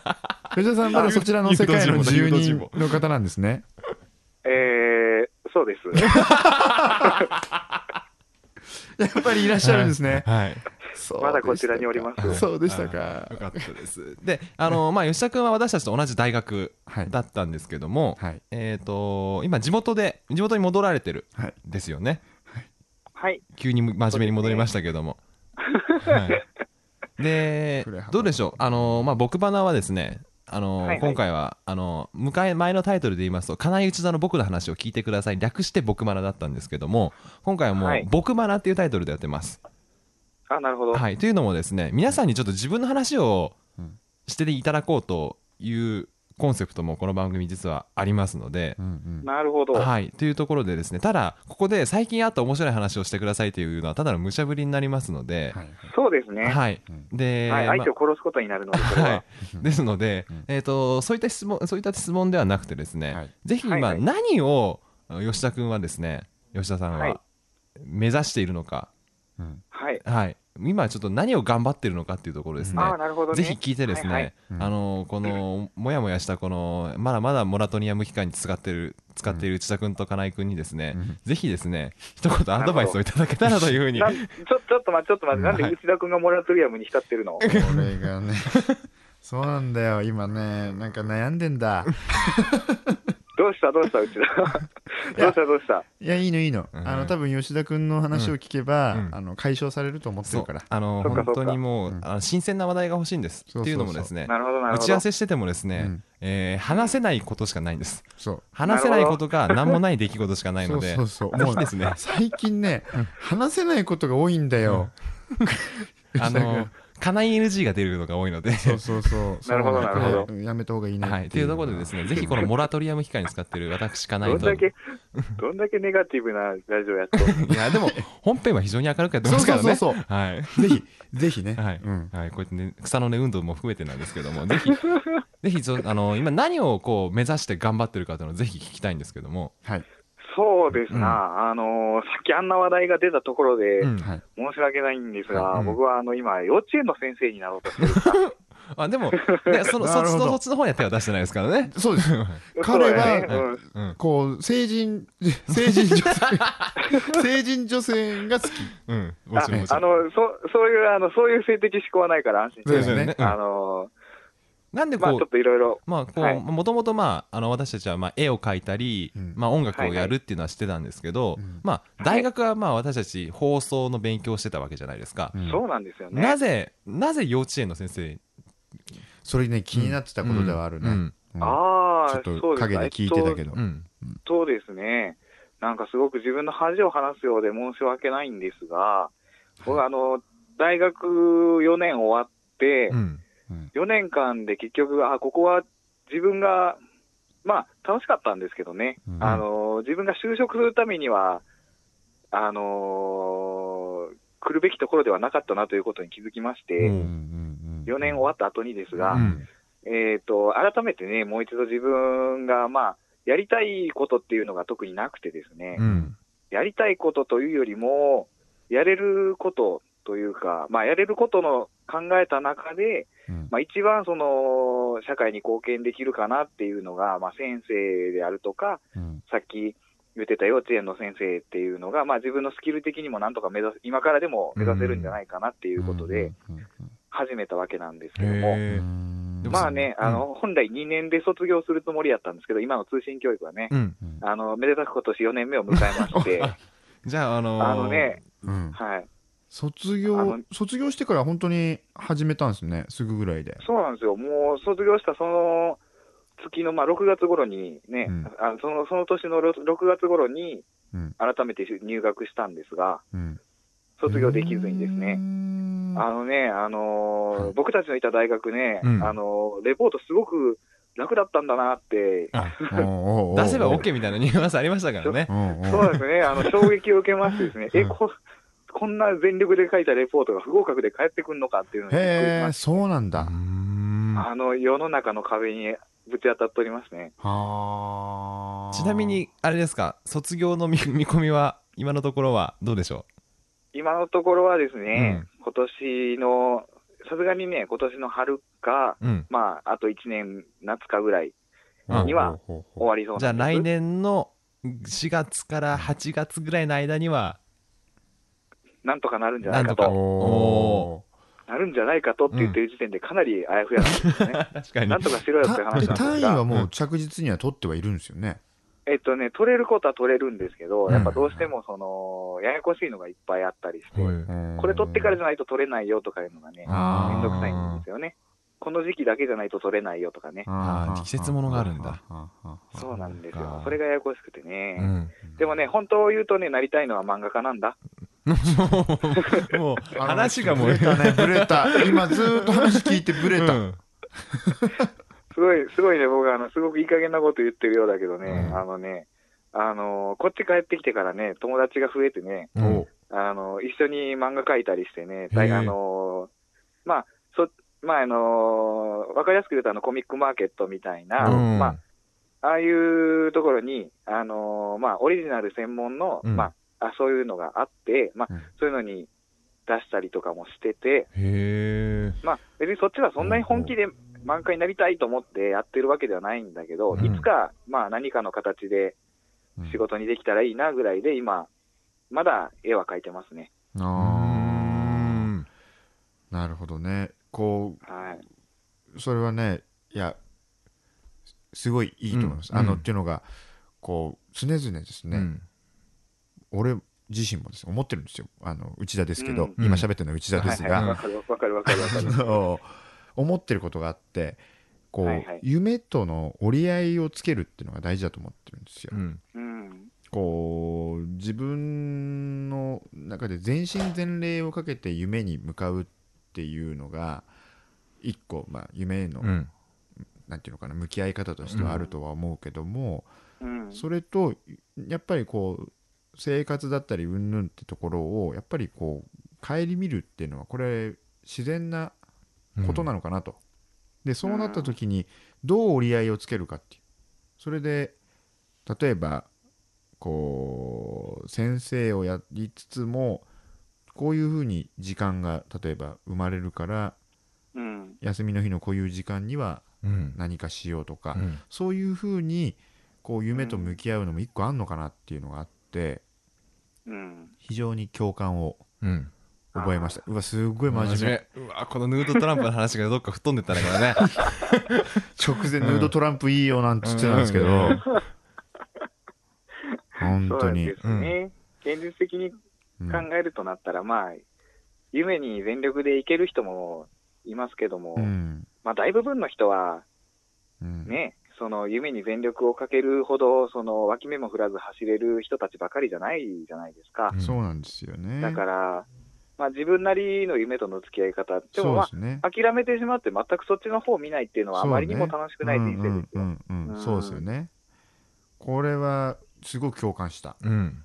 [SPEAKER 2] 吉田さんまだそちらの世界の住人の方なんですね
[SPEAKER 3] えー、そうです。
[SPEAKER 2] やっぱりいらっしゃるんですね、
[SPEAKER 1] はい、
[SPEAKER 2] そう
[SPEAKER 3] まだこちらにおります
[SPEAKER 2] そうでした
[SPEAKER 1] あーよ
[SPEAKER 2] か
[SPEAKER 1] かったですであのまあ吉田君は私たちと同じ大学
[SPEAKER 2] はい
[SPEAKER 1] だったんですけども、
[SPEAKER 2] はい
[SPEAKER 1] えっ、と今地元で地元に戻られてる
[SPEAKER 2] はい
[SPEAKER 1] んですよね、
[SPEAKER 3] はい。
[SPEAKER 1] 急に真面目に戻りましたけども。はい、で
[SPEAKER 2] 振れ幅
[SPEAKER 1] どうでしょう、あのーまあ、僕花はですね、あのー
[SPEAKER 3] はいはい
[SPEAKER 1] 今回はあのー迎え前のタイトルで言いますと「金井内田の僕の話を聞いてください」略して「僕花」だったんですけども今回はもう
[SPEAKER 3] はい
[SPEAKER 1] 「僕花」っていうタイトルでやってます。
[SPEAKER 3] あ、なるほど。
[SPEAKER 1] はい、というのもですね皆さんにちょっと自分の話を
[SPEAKER 2] うん
[SPEAKER 1] していただこうというコンセプトもこの番組実はありますので
[SPEAKER 2] う。んうん
[SPEAKER 3] なるほど。
[SPEAKER 1] はい、というところでですねただここで最近あった面白い話をしてくださいというのはただの無茶ぶりになりますので、
[SPEAKER 2] はい
[SPEAKER 3] そうですね。は
[SPEAKER 1] はい、
[SPEAKER 2] うん
[SPEAKER 1] で、
[SPEAKER 3] い。
[SPEAKER 1] まあ
[SPEAKER 3] 相手を殺すことになるので、それは。
[SPEAKER 1] はいですので、
[SPEAKER 2] うん
[SPEAKER 1] えっ、とそういった質問そういった質問ではなくてですね、
[SPEAKER 2] はい
[SPEAKER 1] ぜひ今、
[SPEAKER 3] はいはい
[SPEAKER 1] 何を吉田君はですね吉田さん
[SPEAKER 3] は
[SPEAKER 1] はい目指しているのか、
[SPEAKER 2] うん
[SPEAKER 3] はい。
[SPEAKER 1] はい、今ちょっと何を頑張ってるのかっていうところですね
[SPEAKER 3] あ。あ、なるほどね。
[SPEAKER 1] ぜひ聞いてですね、
[SPEAKER 3] はいはい
[SPEAKER 2] うん
[SPEAKER 1] あのこのもやもやしたこのまだまだモラトニアム期間に使ってる使っている内田君と金井君にですね、
[SPEAKER 2] うん
[SPEAKER 1] ぜひですね一言アドバイスをいただけたらというふうに
[SPEAKER 3] なちょちょっと待って、ちょっと待って、なんで
[SPEAKER 1] はい
[SPEAKER 3] 内田君がモラトリアムに浸ってるの
[SPEAKER 2] これ がねそうなんだよ今ねなんか悩んでんだ
[SPEAKER 3] どうした、どうした、内田。どうした、どうした。
[SPEAKER 2] いやいいのいいの、
[SPEAKER 1] うん
[SPEAKER 2] あの多分吉田君の話を聞けば、
[SPEAKER 1] うんうん
[SPEAKER 2] あの解消されると思って
[SPEAKER 1] そ
[SPEAKER 2] る
[SPEAKER 1] う
[SPEAKER 2] から
[SPEAKER 1] あの
[SPEAKER 3] そっかそ
[SPEAKER 1] 本
[SPEAKER 3] っか
[SPEAKER 1] 当にもう、
[SPEAKER 2] うん
[SPEAKER 1] あの新鮮な話題が欲しいんです
[SPEAKER 2] そうそうそう
[SPEAKER 1] っていうのもですね
[SPEAKER 3] なるほど、なる
[SPEAKER 1] 打
[SPEAKER 3] ほ
[SPEAKER 1] ち合わ
[SPEAKER 3] ど。
[SPEAKER 1] せしててもですね、
[SPEAKER 2] うん
[SPEAKER 1] えー話せないことしかないんです
[SPEAKER 2] そう
[SPEAKER 1] 話せないことが何もない出来事しかないので
[SPEAKER 2] そうそうそうもう
[SPEAKER 1] ぜひですね
[SPEAKER 2] 最近ね話せないことが多いんだよ、
[SPEAKER 1] あ
[SPEAKER 2] 吉田君
[SPEAKER 1] の金井 NG が出るのが多いので。
[SPEAKER 2] そうそう そう。
[SPEAKER 3] なるほどなるほど
[SPEAKER 2] そうねやめた方がいいね。
[SPEAKER 1] はい、というところでですね、ぜひこのモラトリアム期間に使ってる私、かない
[SPEAKER 3] どん
[SPEAKER 1] と。
[SPEAKER 3] だ け、どんだけネガティブなラジオやっとんの
[SPEAKER 1] いや、で も、本編は非常に明るくやって
[SPEAKER 2] そ
[SPEAKER 1] ま
[SPEAKER 2] う
[SPEAKER 1] す
[SPEAKER 2] そ
[SPEAKER 1] か
[SPEAKER 2] う
[SPEAKER 1] ら
[SPEAKER 2] そう
[SPEAKER 1] ね。
[SPEAKER 2] そう。
[SPEAKER 1] はい。
[SPEAKER 2] ぜひ、ぜひね。
[SPEAKER 1] はい、
[SPEAKER 2] うん。
[SPEAKER 1] はい、こうやってね、草の根運動も含めてなんですけども、ぜ ひ、ぜひ、そうあの、今何をこう目指して頑張ってるかというのをぜひ聞きたいんですけども。
[SPEAKER 2] はい。
[SPEAKER 3] そうです
[SPEAKER 1] うん
[SPEAKER 3] な、あのーさっきあんな話題が出たところで、
[SPEAKER 1] うん
[SPEAKER 2] はい。
[SPEAKER 3] 申し訳ないんです
[SPEAKER 1] う
[SPEAKER 3] が、
[SPEAKER 1] ん
[SPEAKER 3] 僕はあの今、幼稚園の先生になろうとしてるから、
[SPEAKER 1] あ、 でも、ね、その、そっ
[SPEAKER 2] なる
[SPEAKER 1] ち
[SPEAKER 2] ほど
[SPEAKER 1] の、そっちの方には手は出してないですからね。
[SPEAKER 2] そうです。
[SPEAKER 3] そう
[SPEAKER 2] 彼
[SPEAKER 3] だ
[SPEAKER 2] は
[SPEAKER 3] よねうん
[SPEAKER 1] うん、
[SPEAKER 2] こう、成人、成人 女性、成人女性が好き。
[SPEAKER 1] うん、も
[SPEAKER 3] あ
[SPEAKER 1] ちろん、もち
[SPEAKER 3] あ
[SPEAKER 1] ろん。
[SPEAKER 3] のそそういうあの、そういう性的思考はないから安心して、
[SPEAKER 2] そうですね
[SPEAKER 1] うん
[SPEAKER 3] あの
[SPEAKER 1] なんで
[SPEAKER 3] ーまあ、ち
[SPEAKER 1] こ
[SPEAKER 3] ょっ
[SPEAKER 1] う、
[SPEAKER 3] といろいろ、
[SPEAKER 1] まあ、こ
[SPEAKER 3] は
[SPEAKER 1] う、
[SPEAKER 3] い
[SPEAKER 1] もともと、まあ、あの、私たちは、まあ、絵を描いたり
[SPEAKER 2] うん、
[SPEAKER 1] まあ、音楽をや
[SPEAKER 3] はい
[SPEAKER 1] る
[SPEAKER 3] は
[SPEAKER 1] っていうのは知ってたんですけど
[SPEAKER 2] うん。
[SPEAKER 1] まあ、大学は、まあ、私たち放送の勉強をしてたわけじゃないですか。
[SPEAKER 3] そうなんですよね。
[SPEAKER 1] なぜ、なぜ幼稚園の先生。
[SPEAKER 2] それね、気になってたことではある
[SPEAKER 1] う
[SPEAKER 2] ね。
[SPEAKER 1] ん
[SPEAKER 2] うん
[SPEAKER 3] ああ、
[SPEAKER 2] ちょっ
[SPEAKER 3] そ
[SPEAKER 2] と
[SPEAKER 3] うです
[SPEAKER 2] 影で聞いてたけ
[SPEAKER 3] ど。
[SPEAKER 2] ど
[SPEAKER 1] う。ん、
[SPEAKER 3] そうですね。なんかすごく自分の恥を話すようで申し訳ないんですが、僕あの、大学4年終わって、
[SPEAKER 1] うん、
[SPEAKER 2] うん
[SPEAKER 3] 4年間で結局、あ、ここは自分が、まあ、楽しかったんですけどね、
[SPEAKER 2] うん
[SPEAKER 3] あの、自分が就職するためには、あの来るべきところではなかったなということに気づきまし
[SPEAKER 1] う
[SPEAKER 3] て、
[SPEAKER 1] ん
[SPEAKER 3] 4年終わった後にですが、
[SPEAKER 1] うん
[SPEAKER 3] えっ、と、改めてね、もう一度自分が、まあ、やりたいことっていうのが特になくてですね、
[SPEAKER 1] うん、
[SPEAKER 3] やりたいことというよりも、やれることというか、まあ、やれることの考えた中で、
[SPEAKER 2] うん
[SPEAKER 3] まあ、一番その社会に貢献できるかなっていうのが、まあ、先生であるとか、
[SPEAKER 2] うん
[SPEAKER 3] さっき言ってた幼稚園の先生っていうのが、まあ、自分のスキル的にもなんとか目指す、今からでも目指せるんじゃないかなっていうことで、始めたわけなんですけど
[SPEAKER 2] う
[SPEAKER 3] も。
[SPEAKER 2] ん
[SPEAKER 1] へえ
[SPEAKER 2] うん
[SPEAKER 3] まあね、
[SPEAKER 1] うん
[SPEAKER 3] あの、本来2年で卒業するつもりやったんですけど、今の通信教育はね、
[SPEAKER 1] うん、
[SPEAKER 2] うん
[SPEAKER 3] あの、めでたく今年4年目を迎えまして、
[SPEAKER 1] あじゃああのー
[SPEAKER 3] あのね、
[SPEAKER 2] うん
[SPEAKER 3] はい。
[SPEAKER 2] 卒
[SPEAKER 3] あ
[SPEAKER 2] 業
[SPEAKER 3] の
[SPEAKER 2] 卒業してから本当に始めたんですねすぐぐらいで
[SPEAKER 3] そうなんですよ。もう卒業したその月の、まあ、6月頃にね、
[SPEAKER 2] うん
[SPEAKER 3] あのその、その年のろ6月頃に
[SPEAKER 2] うん、
[SPEAKER 3] 改めて入学したんですが、
[SPEAKER 2] うん
[SPEAKER 3] 卒業できずにですね、あのね、あの
[SPEAKER 2] は
[SPEAKER 3] ー
[SPEAKER 2] い
[SPEAKER 3] 僕たちのいた大学ね、
[SPEAKER 1] うん
[SPEAKER 3] あのーレポートすごく楽だったんだなって、
[SPEAKER 1] あ 出
[SPEAKER 2] 出
[SPEAKER 1] せば OK みたいなニュアンスありましたからね
[SPEAKER 3] そうですね、あ の、衝撃を受けましてですね、
[SPEAKER 1] うん
[SPEAKER 3] え、こ、こんな全力で書いたレポートが不合格で返ってくるのかっていうのにびっくりし
[SPEAKER 2] へ
[SPEAKER 3] ま
[SPEAKER 2] え
[SPEAKER 3] し
[SPEAKER 2] そうなんだ
[SPEAKER 1] うーん
[SPEAKER 3] たあの、世の中の壁にぶち当たっておりますね。
[SPEAKER 2] はー
[SPEAKER 1] ちなみにあれですか卒業の見見込みは今のところはどうでしょ
[SPEAKER 3] 今のところはですね、今年の、さすがにね、今年の春か、
[SPEAKER 1] う、うん、
[SPEAKER 3] まあ、あと1年、夏かぐらい
[SPEAKER 1] あ
[SPEAKER 3] には終わりそうなんです。
[SPEAKER 1] じゃあ来年の4月から8月ぐらいの間には
[SPEAKER 3] なんとかなるんじゃないか
[SPEAKER 1] なん
[SPEAKER 2] お
[SPEAKER 1] と
[SPEAKER 3] と、
[SPEAKER 1] お
[SPEAKER 2] お
[SPEAKER 3] なるんじゃないかとって言ってる時点でかなりあやふやな んですね。
[SPEAKER 1] 確かに
[SPEAKER 3] なんとかしろよって話なんですが。
[SPEAKER 2] 単位はもう着実には取ってはいるんですよね
[SPEAKER 3] えっとね、取れることは取れるんですけど、
[SPEAKER 1] うん
[SPEAKER 3] やっぱどうしてもその、ややこしいのがいっぱいあったりして、
[SPEAKER 1] はい
[SPEAKER 2] こ
[SPEAKER 3] これ取ってからじゃないと取れないよとかいうのがね、
[SPEAKER 2] あ
[SPEAKER 3] め
[SPEAKER 2] ー
[SPEAKER 3] んどくさいんですよね。この時期だけじゃないと取れないよとかね。
[SPEAKER 1] あー季節ものがあるんだ
[SPEAKER 3] そうなんです
[SPEAKER 1] そうか
[SPEAKER 3] よ。それがややこしくてね。
[SPEAKER 1] うん、
[SPEAKER 3] でもね、本当を言うとね、なりたいのは漫画家なんだ。
[SPEAKER 1] もうもう話がもう
[SPEAKER 2] ブレたねブレた今ずーっと話聞いてブレた
[SPEAKER 1] うん
[SPEAKER 3] すごい、すごいね、僕はあの、すごくいい加減なこと言ってるようだけどね、
[SPEAKER 1] うん
[SPEAKER 3] あのね、あのこっち帰ってきてからね、友達が増えてね、
[SPEAKER 1] うん
[SPEAKER 2] お
[SPEAKER 3] あの一緒に漫画描いたりしてね、
[SPEAKER 1] へ
[SPEAKER 3] 大
[SPEAKER 1] え
[SPEAKER 3] あのまあ、そ、まあ、あのわかりやすく言うとあの、コミックマーケットみたいな、
[SPEAKER 1] うん
[SPEAKER 3] まあ、ああいうところに、あのまあ、オリジナル専門の、
[SPEAKER 1] うん
[SPEAKER 3] まあ、あ、そういうのがあって、まあ
[SPEAKER 2] うん、
[SPEAKER 3] そういうのに出したりとかもしてて、
[SPEAKER 1] へえ
[SPEAKER 3] まあ、別にそっちはそんなに本気で漫画家になりたいと思ってやってるわけではないんだけど、
[SPEAKER 1] うん
[SPEAKER 3] いつか、まあ、何かの形で仕事にできたらいいなぐらいで、今、まだ絵は描いてますね。
[SPEAKER 2] あ
[SPEAKER 1] う
[SPEAKER 2] ー
[SPEAKER 1] ん
[SPEAKER 2] なるほどねこ
[SPEAKER 3] はい。
[SPEAKER 2] うそれはねいやすすごいいいと思います、
[SPEAKER 1] うん
[SPEAKER 2] あの、
[SPEAKER 1] うん
[SPEAKER 2] っていうのがこう常々ですね、
[SPEAKER 1] うん
[SPEAKER 2] 俺自身もですね思ってるんですよあの内田ですけど、
[SPEAKER 1] うん
[SPEAKER 2] 今喋ってるのは内田です
[SPEAKER 3] はいはい、
[SPEAKER 2] が、
[SPEAKER 3] わかるわかるわかるわ かる。
[SPEAKER 2] あの 思ってることがあってこう、
[SPEAKER 3] はいはい
[SPEAKER 2] 夢との折り合いをつけるっていうのが大事だと思ってるんですよ、
[SPEAKER 1] うん
[SPEAKER 3] うん。
[SPEAKER 2] こう自分の中で全身全霊をかけて夢に向かうっっていうのが一個、まあ、夢への、
[SPEAKER 1] うん
[SPEAKER 2] なんていうのかな向き合い方としてはあるとは思うけども、
[SPEAKER 3] うん、
[SPEAKER 2] それとやっぱりこう生活だったりうんぬんってところをやっぱりこう顧みるっていうのはこれ自然なことなのかなと、でそうなった時にどう折り合いをつけるかっていうそれで例えばこう先生をやりつつもこういうふうに時間が例えば生まれるから
[SPEAKER 3] うん、
[SPEAKER 2] 休みの日のこういう時間には
[SPEAKER 1] うん
[SPEAKER 2] 何かしようとか、
[SPEAKER 1] うん
[SPEAKER 2] そういうふうにこう夢と向き合うのも一個あんのかなっていうのがあって
[SPEAKER 3] うん、
[SPEAKER 2] 非常に共感を
[SPEAKER 1] うん
[SPEAKER 2] 覚えましたうわすっごい真面目
[SPEAKER 1] 真面目うわこのヌードトランプの話がどっか吹っ飛んでったねこ れね
[SPEAKER 2] 直前ヌードトランプいいよなんて言ってたんですけど、
[SPEAKER 1] うんうん
[SPEAKER 2] 本
[SPEAKER 3] そう
[SPEAKER 2] 当
[SPEAKER 3] なん
[SPEAKER 2] に
[SPEAKER 3] ですね、現実的に考
[SPEAKER 2] うん
[SPEAKER 3] えるとなったら、まあ、夢に全力でいける人もいますけども、
[SPEAKER 2] うん
[SPEAKER 3] まあ、大部分の人は
[SPEAKER 2] うん
[SPEAKER 3] ね、その夢に全力をかけるほど、その脇目も振らず走れる人たちばかりじゃないじゃないですか。
[SPEAKER 2] そうなんですよね
[SPEAKER 3] だから、まあ、自分なりの夢との付き合い方、でも
[SPEAKER 2] そう
[SPEAKER 3] ま
[SPEAKER 2] で
[SPEAKER 3] あ、
[SPEAKER 2] すね
[SPEAKER 3] 諦めてしまって、全くそっちの方を見ないっていうのは、あ
[SPEAKER 2] そうね
[SPEAKER 3] まりにも楽しくない人
[SPEAKER 2] う
[SPEAKER 3] 生で
[SPEAKER 2] ん
[SPEAKER 3] す
[SPEAKER 2] う
[SPEAKER 3] よ。
[SPEAKER 2] んうんう
[SPEAKER 3] うんん
[SPEAKER 2] そうですよねこれはすごく共感した、
[SPEAKER 1] うん
[SPEAKER 3] うん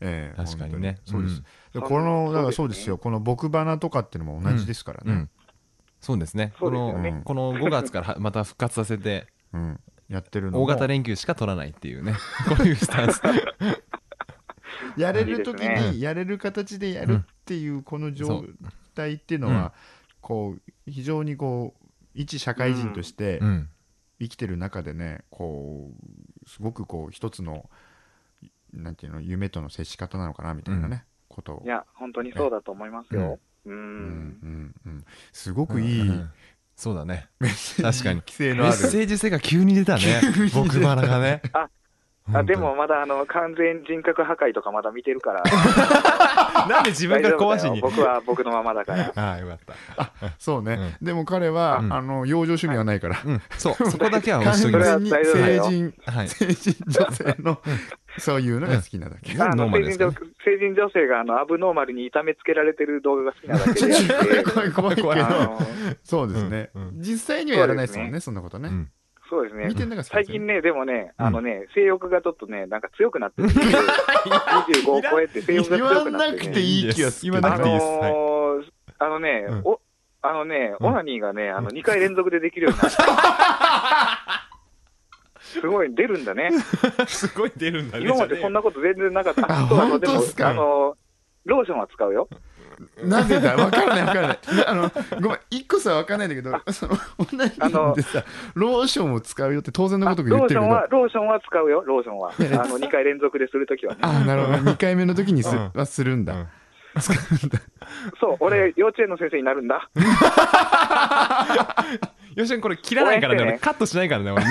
[SPEAKER 2] ええ
[SPEAKER 1] 確かにね
[SPEAKER 2] 本当そうです、でこ
[SPEAKER 3] そ
[SPEAKER 2] の
[SPEAKER 3] う
[SPEAKER 2] だからそうですよこの僕花とかっていうのも同じですから
[SPEAKER 1] う
[SPEAKER 2] ね
[SPEAKER 1] ん、そうですねこ
[SPEAKER 3] そうですよ
[SPEAKER 1] の
[SPEAKER 3] ね
[SPEAKER 2] うん
[SPEAKER 1] この5月からはまた復活させ て
[SPEAKER 2] うんやってるのも
[SPEAKER 1] 大型連休しか取らないっていうねこういうスタンス
[SPEAKER 2] やれる時
[SPEAKER 3] いいです
[SPEAKER 2] にやれる形でやるっていうこの
[SPEAKER 1] そ
[SPEAKER 2] 状
[SPEAKER 1] う
[SPEAKER 2] 態っていうの
[SPEAKER 1] うん
[SPEAKER 2] はこう非常にこう一社会人として
[SPEAKER 1] うん
[SPEAKER 2] 生きてる中でねこうすごくこう一つのなんていうの夢との接し方なのかなみたいなねことを
[SPEAKER 3] い。や、本当にそうだと思いますよ。う。
[SPEAKER 2] うんんうんうんすごくいい
[SPEAKER 1] うんそうだね
[SPEAKER 2] メッセージ
[SPEAKER 1] 確かに
[SPEAKER 2] 規制
[SPEAKER 1] メ
[SPEAKER 2] のあ
[SPEAKER 1] ッ
[SPEAKER 2] る
[SPEAKER 1] セージ性が急に出たね
[SPEAKER 2] 急に出た
[SPEAKER 1] 僕バラがね
[SPEAKER 3] ああでもまだあの完全人格破壊とかまだ見てるから、
[SPEAKER 1] 本当に なんで自分
[SPEAKER 3] 大
[SPEAKER 1] が
[SPEAKER 3] 丈夫
[SPEAKER 1] 壊
[SPEAKER 3] だ
[SPEAKER 1] し
[SPEAKER 3] よ
[SPEAKER 1] に
[SPEAKER 3] 僕は僕のままだから。
[SPEAKER 1] ああよかった
[SPEAKER 2] そうねでも彼は
[SPEAKER 1] うん
[SPEAKER 2] あの養生主義はないから
[SPEAKER 1] うんそうそこだけは押
[SPEAKER 2] 完
[SPEAKER 1] しとき
[SPEAKER 3] そ
[SPEAKER 1] ま
[SPEAKER 3] れ
[SPEAKER 1] す
[SPEAKER 3] は
[SPEAKER 2] 全に
[SPEAKER 3] 大丈夫だ
[SPEAKER 2] 成人
[SPEAKER 3] よ
[SPEAKER 1] はい
[SPEAKER 2] 成人女性のそういうのが好きなだけ
[SPEAKER 1] な
[SPEAKER 3] あ
[SPEAKER 1] んでノ
[SPEAKER 3] の
[SPEAKER 1] ーマ
[SPEAKER 3] 成
[SPEAKER 1] ルです
[SPEAKER 3] 人
[SPEAKER 1] か
[SPEAKER 3] 女成人女性があのアブノーマルに痛めつけられてる動画が好きなだ けであって
[SPEAKER 2] 怖い怖い怖いけど
[SPEAKER 1] 怖い
[SPEAKER 3] あの
[SPEAKER 2] そうですね、
[SPEAKER 1] うんうん
[SPEAKER 2] 実際にはやらないですもんね
[SPEAKER 3] そ
[SPEAKER 2] そんなこ と
[SPEAKER 1] う
[SPEAKER 2] ね、
[SPEAKER 1] ん
[SPEAKER 3] そうですね
[SPEAKER 2] 見てんだから
[SPEAKER 3] 最近
[SPEAKER 2] ね
[SPEAKER 3] ね、でもね、
[SPEAKER 1] うん
[SPEAKER 3] あのね、性欲がちょっとね、なんか強くなってる。25を超えて性欲が
[SPEAKER 2] 言わ
[SPEAKER 3] 強くな
[SPEAKER 2] な
[SPEAKER 3] っ
[SPEAKER 2] く
[SPEAKER 3] て
[SPEAKER 2] て
[SPEAKER 3] る、ね。
[SPEAKER 2] いい気がする
[SPEAKER 1] 言わな
[SPEAKER 3] あ
[SPEAKER 1] くていいで
[SPEAKER 3] の
[SPEAKER 1] すはい
[SPEAKER 3] ー、あのね、
[SPEAKER 1] うん
[SPEAKER 3] お、あのね、
[SPEAKER 1] うん
[SPEAKER 3] オナニーがね、あの、2回連続でできるよう になった。すごい、出るんだね。
[SPEAKER 1] すごい出るんだね
[SPEAKER 3] 今までそんなこと全然なかった。
[SPEAKER 2] あ
[SPEAKER 3] そう
[SPEAKER 2] 本当っすか
[SPEAKER 3] あの、ローションは使うよ。
[SPEAKER 2] なぜだ分からない分からないなあのごめん一個さ分からないんだけどその女にでさローションを使うよって当然の
[SPEAKER 3] あ
[SPEAKER 2] ことく言っ
[SPEAKER 3] ロー
[SPEAKER 2] て
[SPEAKER 3] シ
[SPEAKER 2] る
[SPEAKER 3] ョ
[SPEAKER 2] け
[SPEAKER 3] ン
[SPEAKER 2] ど
[SPEAKER 3] は、ローションは使うよ、ローションは。あの、2回連続でするときはね。
[SPEAKER 2] ああなるほど2回目の時にす
[SPEAKER 1] うん
[SPEAKER 2] はするんだ、
[SPEAKER 1] うん
[SPEAKER 2] 使うんだ
[SPEAKER 3] そう、俺、幼稚園の先生になるんだ。
[SPEAKER 1] よしこれ切らないからね
[SPEAKER 3] 応援
[SPEAKER 1] 俺
[SPEAKER 3] してね
[SPEAKER 1] カットしないからね俺ね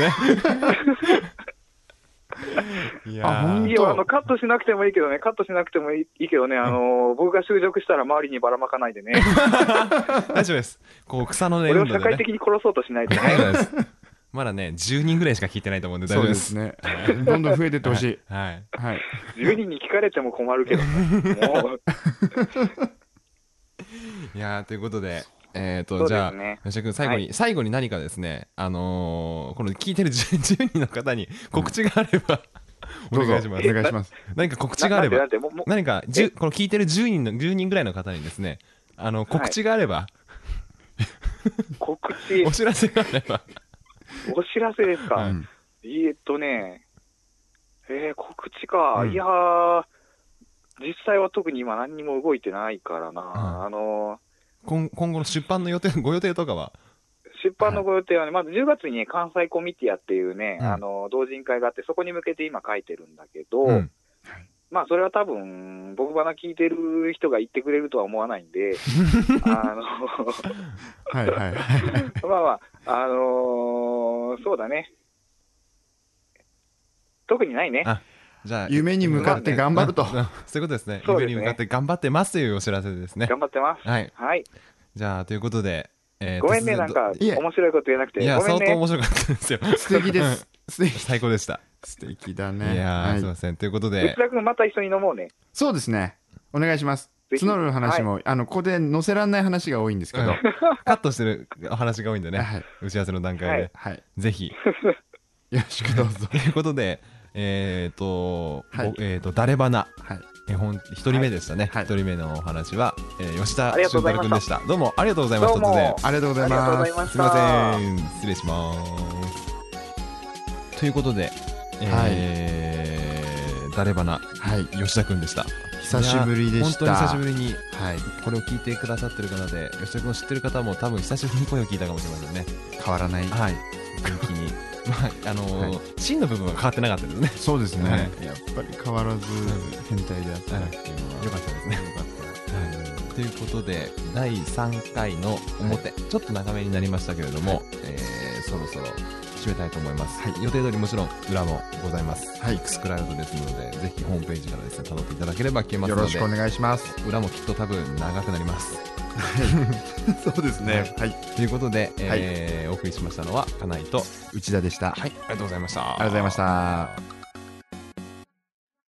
[SPEAKER 1] いやー
[SPEAKER 2] あほん
[SPEAKER 3] い
[SPEAKER 2] と
[SPEAKER 3] いよ、あの、カットしなくてもいいけどね、カットしなくてもいいいいけどね、あのー、僕が就職したら周りにばらまかないで ね、
[SPEAKER 1] 大丈夫ですこう草の根
[SPEAKER 3] 俺を
[SPEAKER 1] 運動
[SPEAKER 3] 社
[SPEAKER 1] で
[SPEAKER 3] 会
[SPEAKER 1] ね
[SPEAKER 3] 的に殺そうとしないで
[SPEAKER 1] 大
[SPEAKER 3] ね。
[SPEAKER 1] 丈夫ですまだね10人ぐらいしか聞いてないと思うんで大丈
[SPEAKER 2] そう
[SPEAKER 1] 夫
[SPEAKER 2] で
[SPEAKER 1] ですす
[SPEAKER 2] ねどんどん増えてってほしい
[SPEAKER 1] はい
[SPEAKER 2] はい
[SPEAKER 3] 10人に聞かれても困るけど ね、もう、
[SPEAKER 1] いやーということでえっ
[SPEAKER 3] そ
[SPEAKER 1] と
[SPEAKER 3] う
[SPEAKER 1] じ
[SPEAKER 3] で
[SPEAKER 1] ゃあ
[SPEAKER 3] すね。
[SPEAKER 1] 吉田君最後に、最後に何かですね、あのーこの聞いてる 10, 10人の方に告知があれば、
[SPEAKER 2] ど う
[SPEAKER 1] お
[SPEAKER 2] ぞ
[SPEAKER 1] 願いします
[SPEAKER 2] お。願いします
[SPEAKER 1] 何か告知
[SPEAKER 3] な
[SPEAKER 1] があ
[SPEAKER 3] な
[SPEAKER 1] れ
[SPEAKER 3] んで、な
[SPEAKER 1] ば
[SPEAKER 3] ん、で、もうもう
[SPEAKER 1] 何か10この聞いてる10人の10人ぐらいの方にですね、あの告知があれば、
[SPEAKER 3] 告知
[SPEAKER 1] お、知らせがあれば、
[SPEAKER 3] お知らせです
[SPEAKER 2] う
[SPEAKER 3] か。
[SPEAKER 2] ん
[SPEAKER 3] えーっとね、えー、告知か、
[SPEAKER 1] うん
[SPEAKER 3] いやー、実際は特に今何にも動いてないからな、
[SPEAKER 1] ん
[SPEAKER 3] あのー、
[SPEAKER 1] 今今後の出版の予定 ご予定とかは、
[SPEAKER 3] 出版のご予定はね、まず10月にね、関西コミティアっていうね、
[SPEAKER 1] うん
[SPEAKER 3] あの、同人会があって、そこに向けて今書いてるんだけど、
[SPEAKER 1] うん
[SPEAKER 3] まあ、それは多分、僕ばな聞いてる人が言ってくれるとは思わない んで、あ
[SPEAKER 2] はいはいはい
[SPEAKER 3] の、 まあまあ、あのーそうだね。特にないね。
[SPEAKER 1] あじゃあ
[SPEAKER 2] 夢に向かって頑張ると
[SPEAKER 1] うんうん そういうことですね
[SPEAKER 3] そうですね
[SPEAKER 1] 夢に向かって頑張ってますというお知らせですね。
[SPEAKER 3] 頑張ってます。
[SPEAKER 1] はい、
[SPEAKER 3] はい。
[SPEAKER 1] じゃあということで、えー
[SPEAKER 3] ごめんね、
[SPEAKER 1] 突
[SPEAKER 3] な
[SPEAKER 1] 然
[SPEAKER 3] ん
[SPEAKER 1] ど
[SPEAKER 3] か、
[SPEAKER 2] いえ
[SPEAKER 3] 面白いこと言えなくて。
[SPEAKER 1] いや、
[SPEAKER 3] ごめん
[SPEAKER 1] 相当
[SPEAKER 3] ね。
[SPEAKER 1] 面白かったですよ。
[SPEAKER 2] 素敵です素敵
[SPEAKER 1] 最高でした。
[SPEAKER 2] 素敵だね
[SPEAKER 1] いやー、
[SPEAKER 2] はい
[SPEAKER 1] すいません。ということで
[SPEAKER 3] 内、田君、また一緒に飲もうね。
[SPEAKER 2] そうですね。お願いします。
[SPEAKER 3] ぜひ
[SPEAKER 2] 募る話
[SPEAKER 3] はい
[SPEAKER 2] も、あのここで載せられない話が多いんですけど、
[SPEAKER 1] うんカットしてる話が多いんでね
[SPEAKER 2] はい、
[SPEAKER 1] 打ち合わせの段階で、
[SPEAKER 3] は
[SPEAKER 2] はい、
[SPEAKER 1] ぜひ
[SPEAKER 2] よろしくどうぞ
[SPEAKER 1] と。いうことでえっ、と、
[SPEAKER 2] はい
[SPEAKER 1] ぼえっ、と誰花
[SPEAKER 2] はい、
[SPEAKER 1] 絵本一人目でしたね一、
[SPEAKER 2] はい
[SPEAKER 1] 人目のお話は、えー吉田
[SPEAKER 3] ありがと
[SPEAKER 1] 俊
[SPEAKER 3] うご
[SPEAKER 1] 太郎
[SPEAKER 3] ざいま
[SPEAKER 1] 君
[SPEAKER 3] した
[SPEAKER 1] でしたどうもありがとうございました
[SPEAKER 3] どう
[SPEAKER 1] 突
[SPEAKER 3] も
[SPEAKER 1] 然
[SPEAKER 2] ありがとうござい
[SPEAKER 3] ありがとう
[SPEAKER 2] ま
[SPEAKER 3] ご
[SPEAKER 2] す
[SPEAKER 3] ざい。まし
[SPEAKER 1] す
[SPEAKER 3] た
[SPEAKER 1] みません失礼しますということで、えー誰花
[SPEAKER 2] はい、
[SPEAKER 1] 吉田君でした
[SPEAKER 2] 久しぶりでした。
[SPEAKER 1] いや本当に久しぶりに
[SPEAKER 2] はい、
[SPEAKER 1] これを聞いてくださってる方で吉田君を知ってる方も多分久しぶりに声を聞いたかもしれませんね
[SPEAKER 2] 変わらない。
[SPEAKER 1] はい元気 にまああのー
[SPEAKER 2] はい
[SPEAKER 1] 芯の部分は変わってなかったですね
[SPEAKER 2] そうですね、
[SPEAKER 1] はい
[SPEAKER 2] やっぱり変わらず変態であったなっていうのは、
[SPEAKER 1] よか ったですね
[SPEAKER 2] よかった
[SPEAKER 1] ということで第3回の表、ちょっと長めになりましたけれども、えーそろそろ締めたいと思います、予定通りもちろん裏もございます、
[SPEAKER 2] はい
[SPEAKER 1] い、クスクラウドですのでぜひホームページからですね辿っていただければ消えま
[SPEAKER 2] はい、
[SPEAKER 1] す
[SPEAKER 2] よ
[SPEAKER 1] ので
[SPEAKER 2] ろしくお願いします。
[SPEAKER 1] 裏もきっと多分長くなります
[SPEAKER 2] そうですね。はい、
[SPEAKER 1] ということで、えーお送りしましたのは金井と
[SPEAKER 2] 内田でした。
[SPEAKER 1] はいありがとうございました
[SPEAKER 2] ありがとうございました。